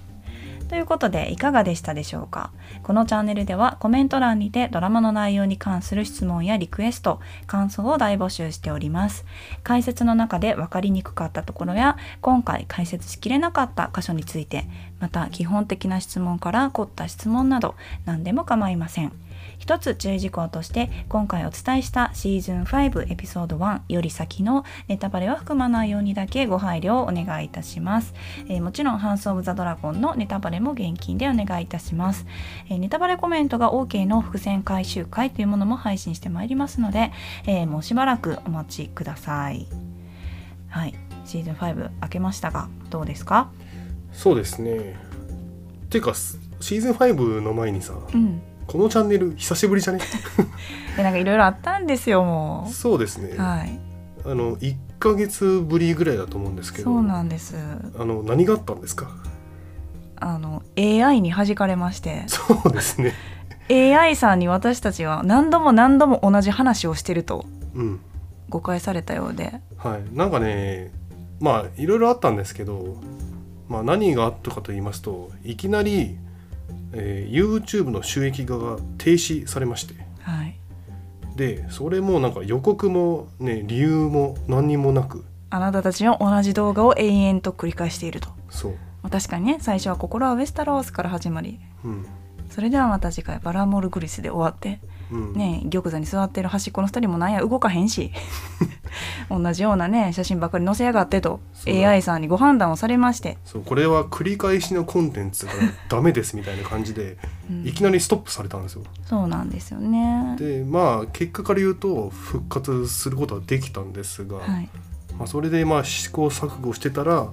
[SPEAKER 1] ということでいかがでしたでしょうかこのチャンネルではコメント欄にてドラマの内容に関する質問やリクエスト感想を大募集しております解説の中で分かりにくかったところや今回解説しきれなかった箇所についてまた基本的な質問から凝った質問など何でも構いません一つ注意事項として今回お伝えしたシーズン5エピソード1より先のネタバレは含まないようにだけご配慮をお願いいたします、えーもちろんハンス・オブ・ザ・ドラゴンのネタバレも現金でお願いいたします、えーネタバレコメントが OK の伏線回収会というものも配信してまいりますので、えーもうしばらくお待ちくださいはいシーズン5明けましたがどうですか
[SPEAKER 2] そうですねていうかすシーズン5の前にさ
[SPEAKER 1] うん
[SPEAKER 2] このチャンネル久しぶりじゃね
[SPEAKER 1] でなんかいろいろあったんですよも
[SPEAKER 2] そうですね
[SPEAKER 1] う
[SPEAKER 2] あ
[SPEAKER 1] はい
[SPEAKER 2] の1ヶ月ぶりぐらいだと思うんですけど
[SPEAKER 1] そうなんです
[SPEAKER 2] あの何があったんですか
[SPEAKER 1] あの AI に弾かれまして
[SPEAKER 2] そうですね
[SPEAKER 1] AI さんに私たちは何度も何度も同じ話をしてると
[SPEAKER 2] うん
[SPEAKER 1] 誤解されたようで
[SPEAKER 2] はい、なんかねまあいろいろあったんですけど、まあ、何があったかと言いますといきなり、えー YouTube の収益化が停止されまして
[SPEAKER 1] はい
[SPEAKER 2] でそれもなんか予告もね理由も何にもなく
[SPEAKER 1] あなたたちは同じ動画を永遠と繰り返しているとま
[SPEAKER 2] そう、
[SPEAKER 1] あ確かにね最初は「心はウェスタロース」から始まり
[SPEAKER 2] うん
[SPEAKER 1] それではまた次回「バラモルグリス」で終わって
[SPEAKER 2] うん
[SPEAKER 1] ね玉座に座ってる端っこの2人もなんや動かへんし 同じようなね写真ばっかり載せやがってと
[SPEAKER 2] そうだ
[SPEAKER 1] AI さんにご判断をされまして、
[SPEAKER 2] そうこれは繰り返しのコンテンツがダメですみたいな感じで
[SPEAKER 1] うん
[SPEAKER 2] いきなりストップされたんですよ。
[SPEAKER 1] そうなんですよね。
[SPEAKER 2] でまあ結果から言うと復活することはできたんですが、
[SPEAKER 1] はい
[SPEAKER 2] まあ、それでまあ試行錯誤してたら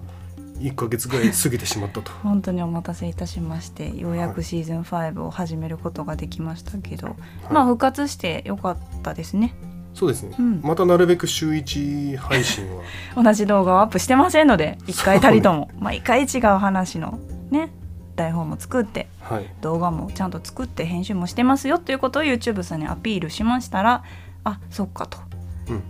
[SPEAKER 2] 1ヶ月ぐらい過ぎてしまったと
[SPEAKER 1] 本当にお待たせいたしましてようやくシーズン5を始めることができましたけど、まあ復活してよかったですね
[SPEAKER 2] そうですね、
[SPEAKER 1] うん
[SPEAKER 2] またなるべく週1配信 は
[SPEAKER 1] 同じ動画をアップしてませんので一回たりとも毎回違う話のね台本も作って
[SPEAKER 2] はい
[SPEAKER 1] 動画もちゃんと作って編集もしてますよということを YouTube さんにアピールしましたらあそっかと、
[SPEAKER 2] うん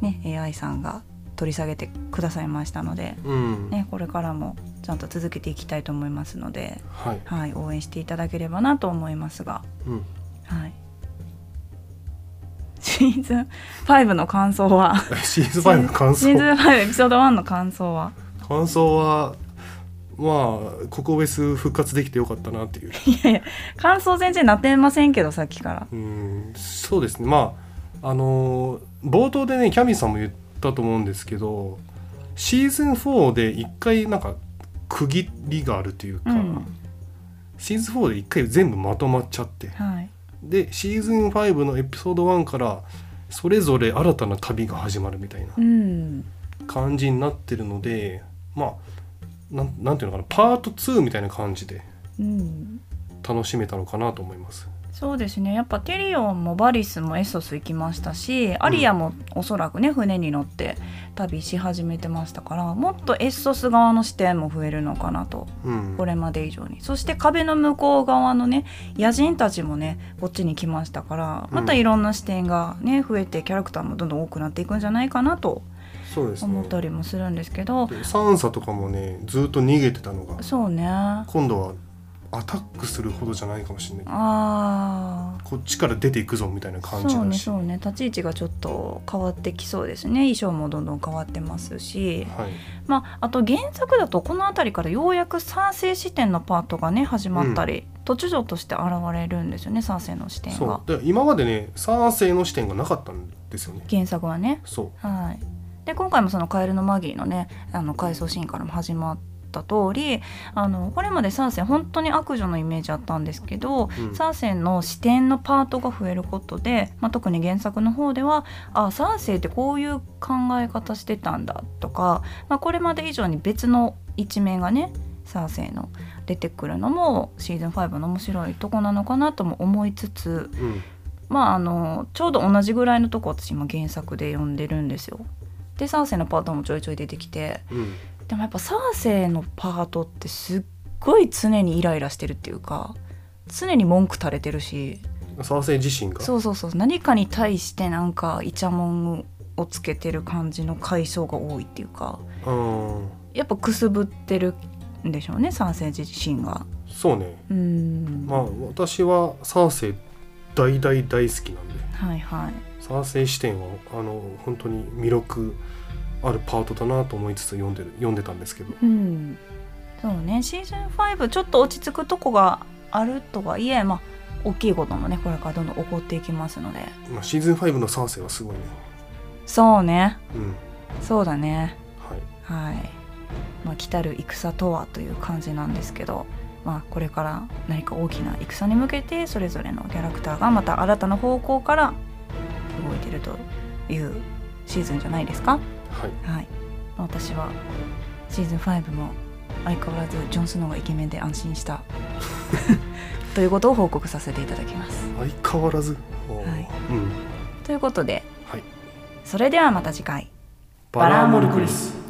[SPEAKER 1] ね AI さんが取り下げてくださいましたので、
[SPEAKER 2] うん、
[SPEAKER 1] ね、これからもちゃんと続けていきたいと思いますので、
[SPEAKER 2] はい、
[SPEAKER 1] はい、応援していただければなと思いますが、
[SPEAKER 2] うん、
[SPEAKER 1] はい、シーズン5の感想は
[SPEAKER 2] シーズン5の感
[SPEAKER 1] シーズ
[SPEAKER 2] 想
[SPEAKER 1] ン5エピソード1の感想は
[SPEAKER 2] 感想はまあココベス復活できてよかったなっていう
[SPEAKER 1] いやいや感想全然なってませんけどさっきから
[SPEAKER 2] うんそうですねまああのー冒頭でねキャミさんも言ったと思うんですけどシーズン4で一回なんか区切りがあるというか、
[SPEAKER 1] うん
[SPEAKER 2] シーズン4で一回全部まとまっちゃって
[SPEAKER 1] はい
[SPEAKER 2] でシーズン5のエピソード1からそれぞれ新たな旅が始まるみたいな
[SPEAKER 1] うん
[SPEAKER 2] 感じになってるのでまあなんなんていうのかなパート2みたいな感じで
[SPEAKER 1] うん
[SPEAKER 2] 楽しめたのかなと思います。
[SPEAKER 1] そうですねやっぱテリオンもバリスもエソス行きましたしアリアもおそらくね船に乗って旅し始めてましたからもっとエソス側の視点も増えるのかなと
[SPEAKER 2] うん
[SPEAKER 1] これまで以上にそして壁の向こう側のね野人たちもねこっちに来ましたからまたいろんな視点がね増えてキャラクターもどんどん多くなっていくんじゃないかなと
[SPEAKER 2] そうです
[SPEAKER 1] 思
[SPEAKER 2] ね
[SPEAKER 1] ったりもするんですけど
[SPEAKER 2] でサンサとかもねずっと逃げてたのが
[SPEAKER 1] そうねあ
[SPEAKER 2] 今度はアタックするほどじゃないかもしれない
[SPEAKER 1] あ
[SPEAKER 2] こっちから出ていくぞみたいな感じ
[SPEAKER 1] そう
[SPEAKER 2] だ
[SPEAKER 1] ね
[SPEAKER 2] し、
[SPEAKER 1] そうね立ち位置がちょっと変わってきそうですね衣装もどんどん変わってますし、
[SPEAKER 2] はい、
[SPEAKER 1] まあ、あと原作だとこの辺りからようやく三世視点のパートがね始まったり、突如として現れるんですよね三世の視点
[SPEAKER 2] そ
[SPEAKER 1] が
[SPEAKER 2] うで今までね三世の視点がなかったんですよね
[SPEAKER 1] 原作はね。
[SPEAKER 2] そ
[SPEAKER 1] はい、で今回もその「カエルのマギー」のねあの回想シーンからも始まった通りあのこれまでサーセン本当に悪女のイメージあったんですけど、
[SPEAKER 2] うん
[SPEAKER 1] サーセンの視点のパートが増えることで、まあ、特に原作の方ではあサーセンってこういう考え方してたんだとか、まあ、これまで以上に別の一面がねサーセンの出てくるのもシーズン5の面白いとこなのかなとも思いつつ
[SPEAKER 2] う、うん、
[SPEAKER 1] まああのちょうど同じぐらいのとこ私今原作で読んでるんですよ。でサーセイのパートもちょいちょい出てきて
[SPEAKER 2] うん、
[SPEAKER 1] でもやっぱサーセイのパートってすっごい常にイライラしてるっていうか常に文句垂れてるし
[SPEAKER 2] 三世自身が
[SPEAKER 1] そうそうそう何かに対してなんかイチャモンをつけてる感じの回想が多いっていうか
[SPEAKER 2] うん
[SPEAKER 1] やっぱくすぶってるんでしょうねサーセイ自身が。
[SPEAKER 2] そうね
[SPEAKER 1] うーん、
[SPEAKER 2] まあ私は三世大大大好きなんで
[SPEAKER 1] はいはい
[SPEAKER 2] 三世視点はあの本当に魅力あるパートだなと思いつつ読んでる読んでたんですけど
[SPEAKER 1] うん、そうねシーズン5ちょっと落ち着くとこがあるとはいえ、まあ、大きいこともねこれからどんどん起こっていきますので
[SPEAKER 2] まあシーズン5の三世はすごいね
[SPEAKER 1] そうね
[SPEAKER 2] うん
[SPEAKER 1] そうだね
[SPEAKER 2] はい
[SPEAKER 1] はい、まあ、来たる戦とはという感じなんですけど、まあ、これから何か大きな戦に向けてそれぞれのキャラクターがまた新たな方向から動いてるというシーズンじゃないですか。
[SPEAKER 2] はい
[SPEAKER 1] はい、私はシーズン5も相変わらずジョン・スノーがイケメンで安心したということを報告させていただきます。
[SPEAKER 2] 相変わらず、
[SPEAKER 1] はい
[SPEAKER 2] うん
[SPEAKER 1] ということで
[SPEAKER 2] はい
[SPEAKER 1] それではまた次回。
[SPEAKER 2] バラモルクリス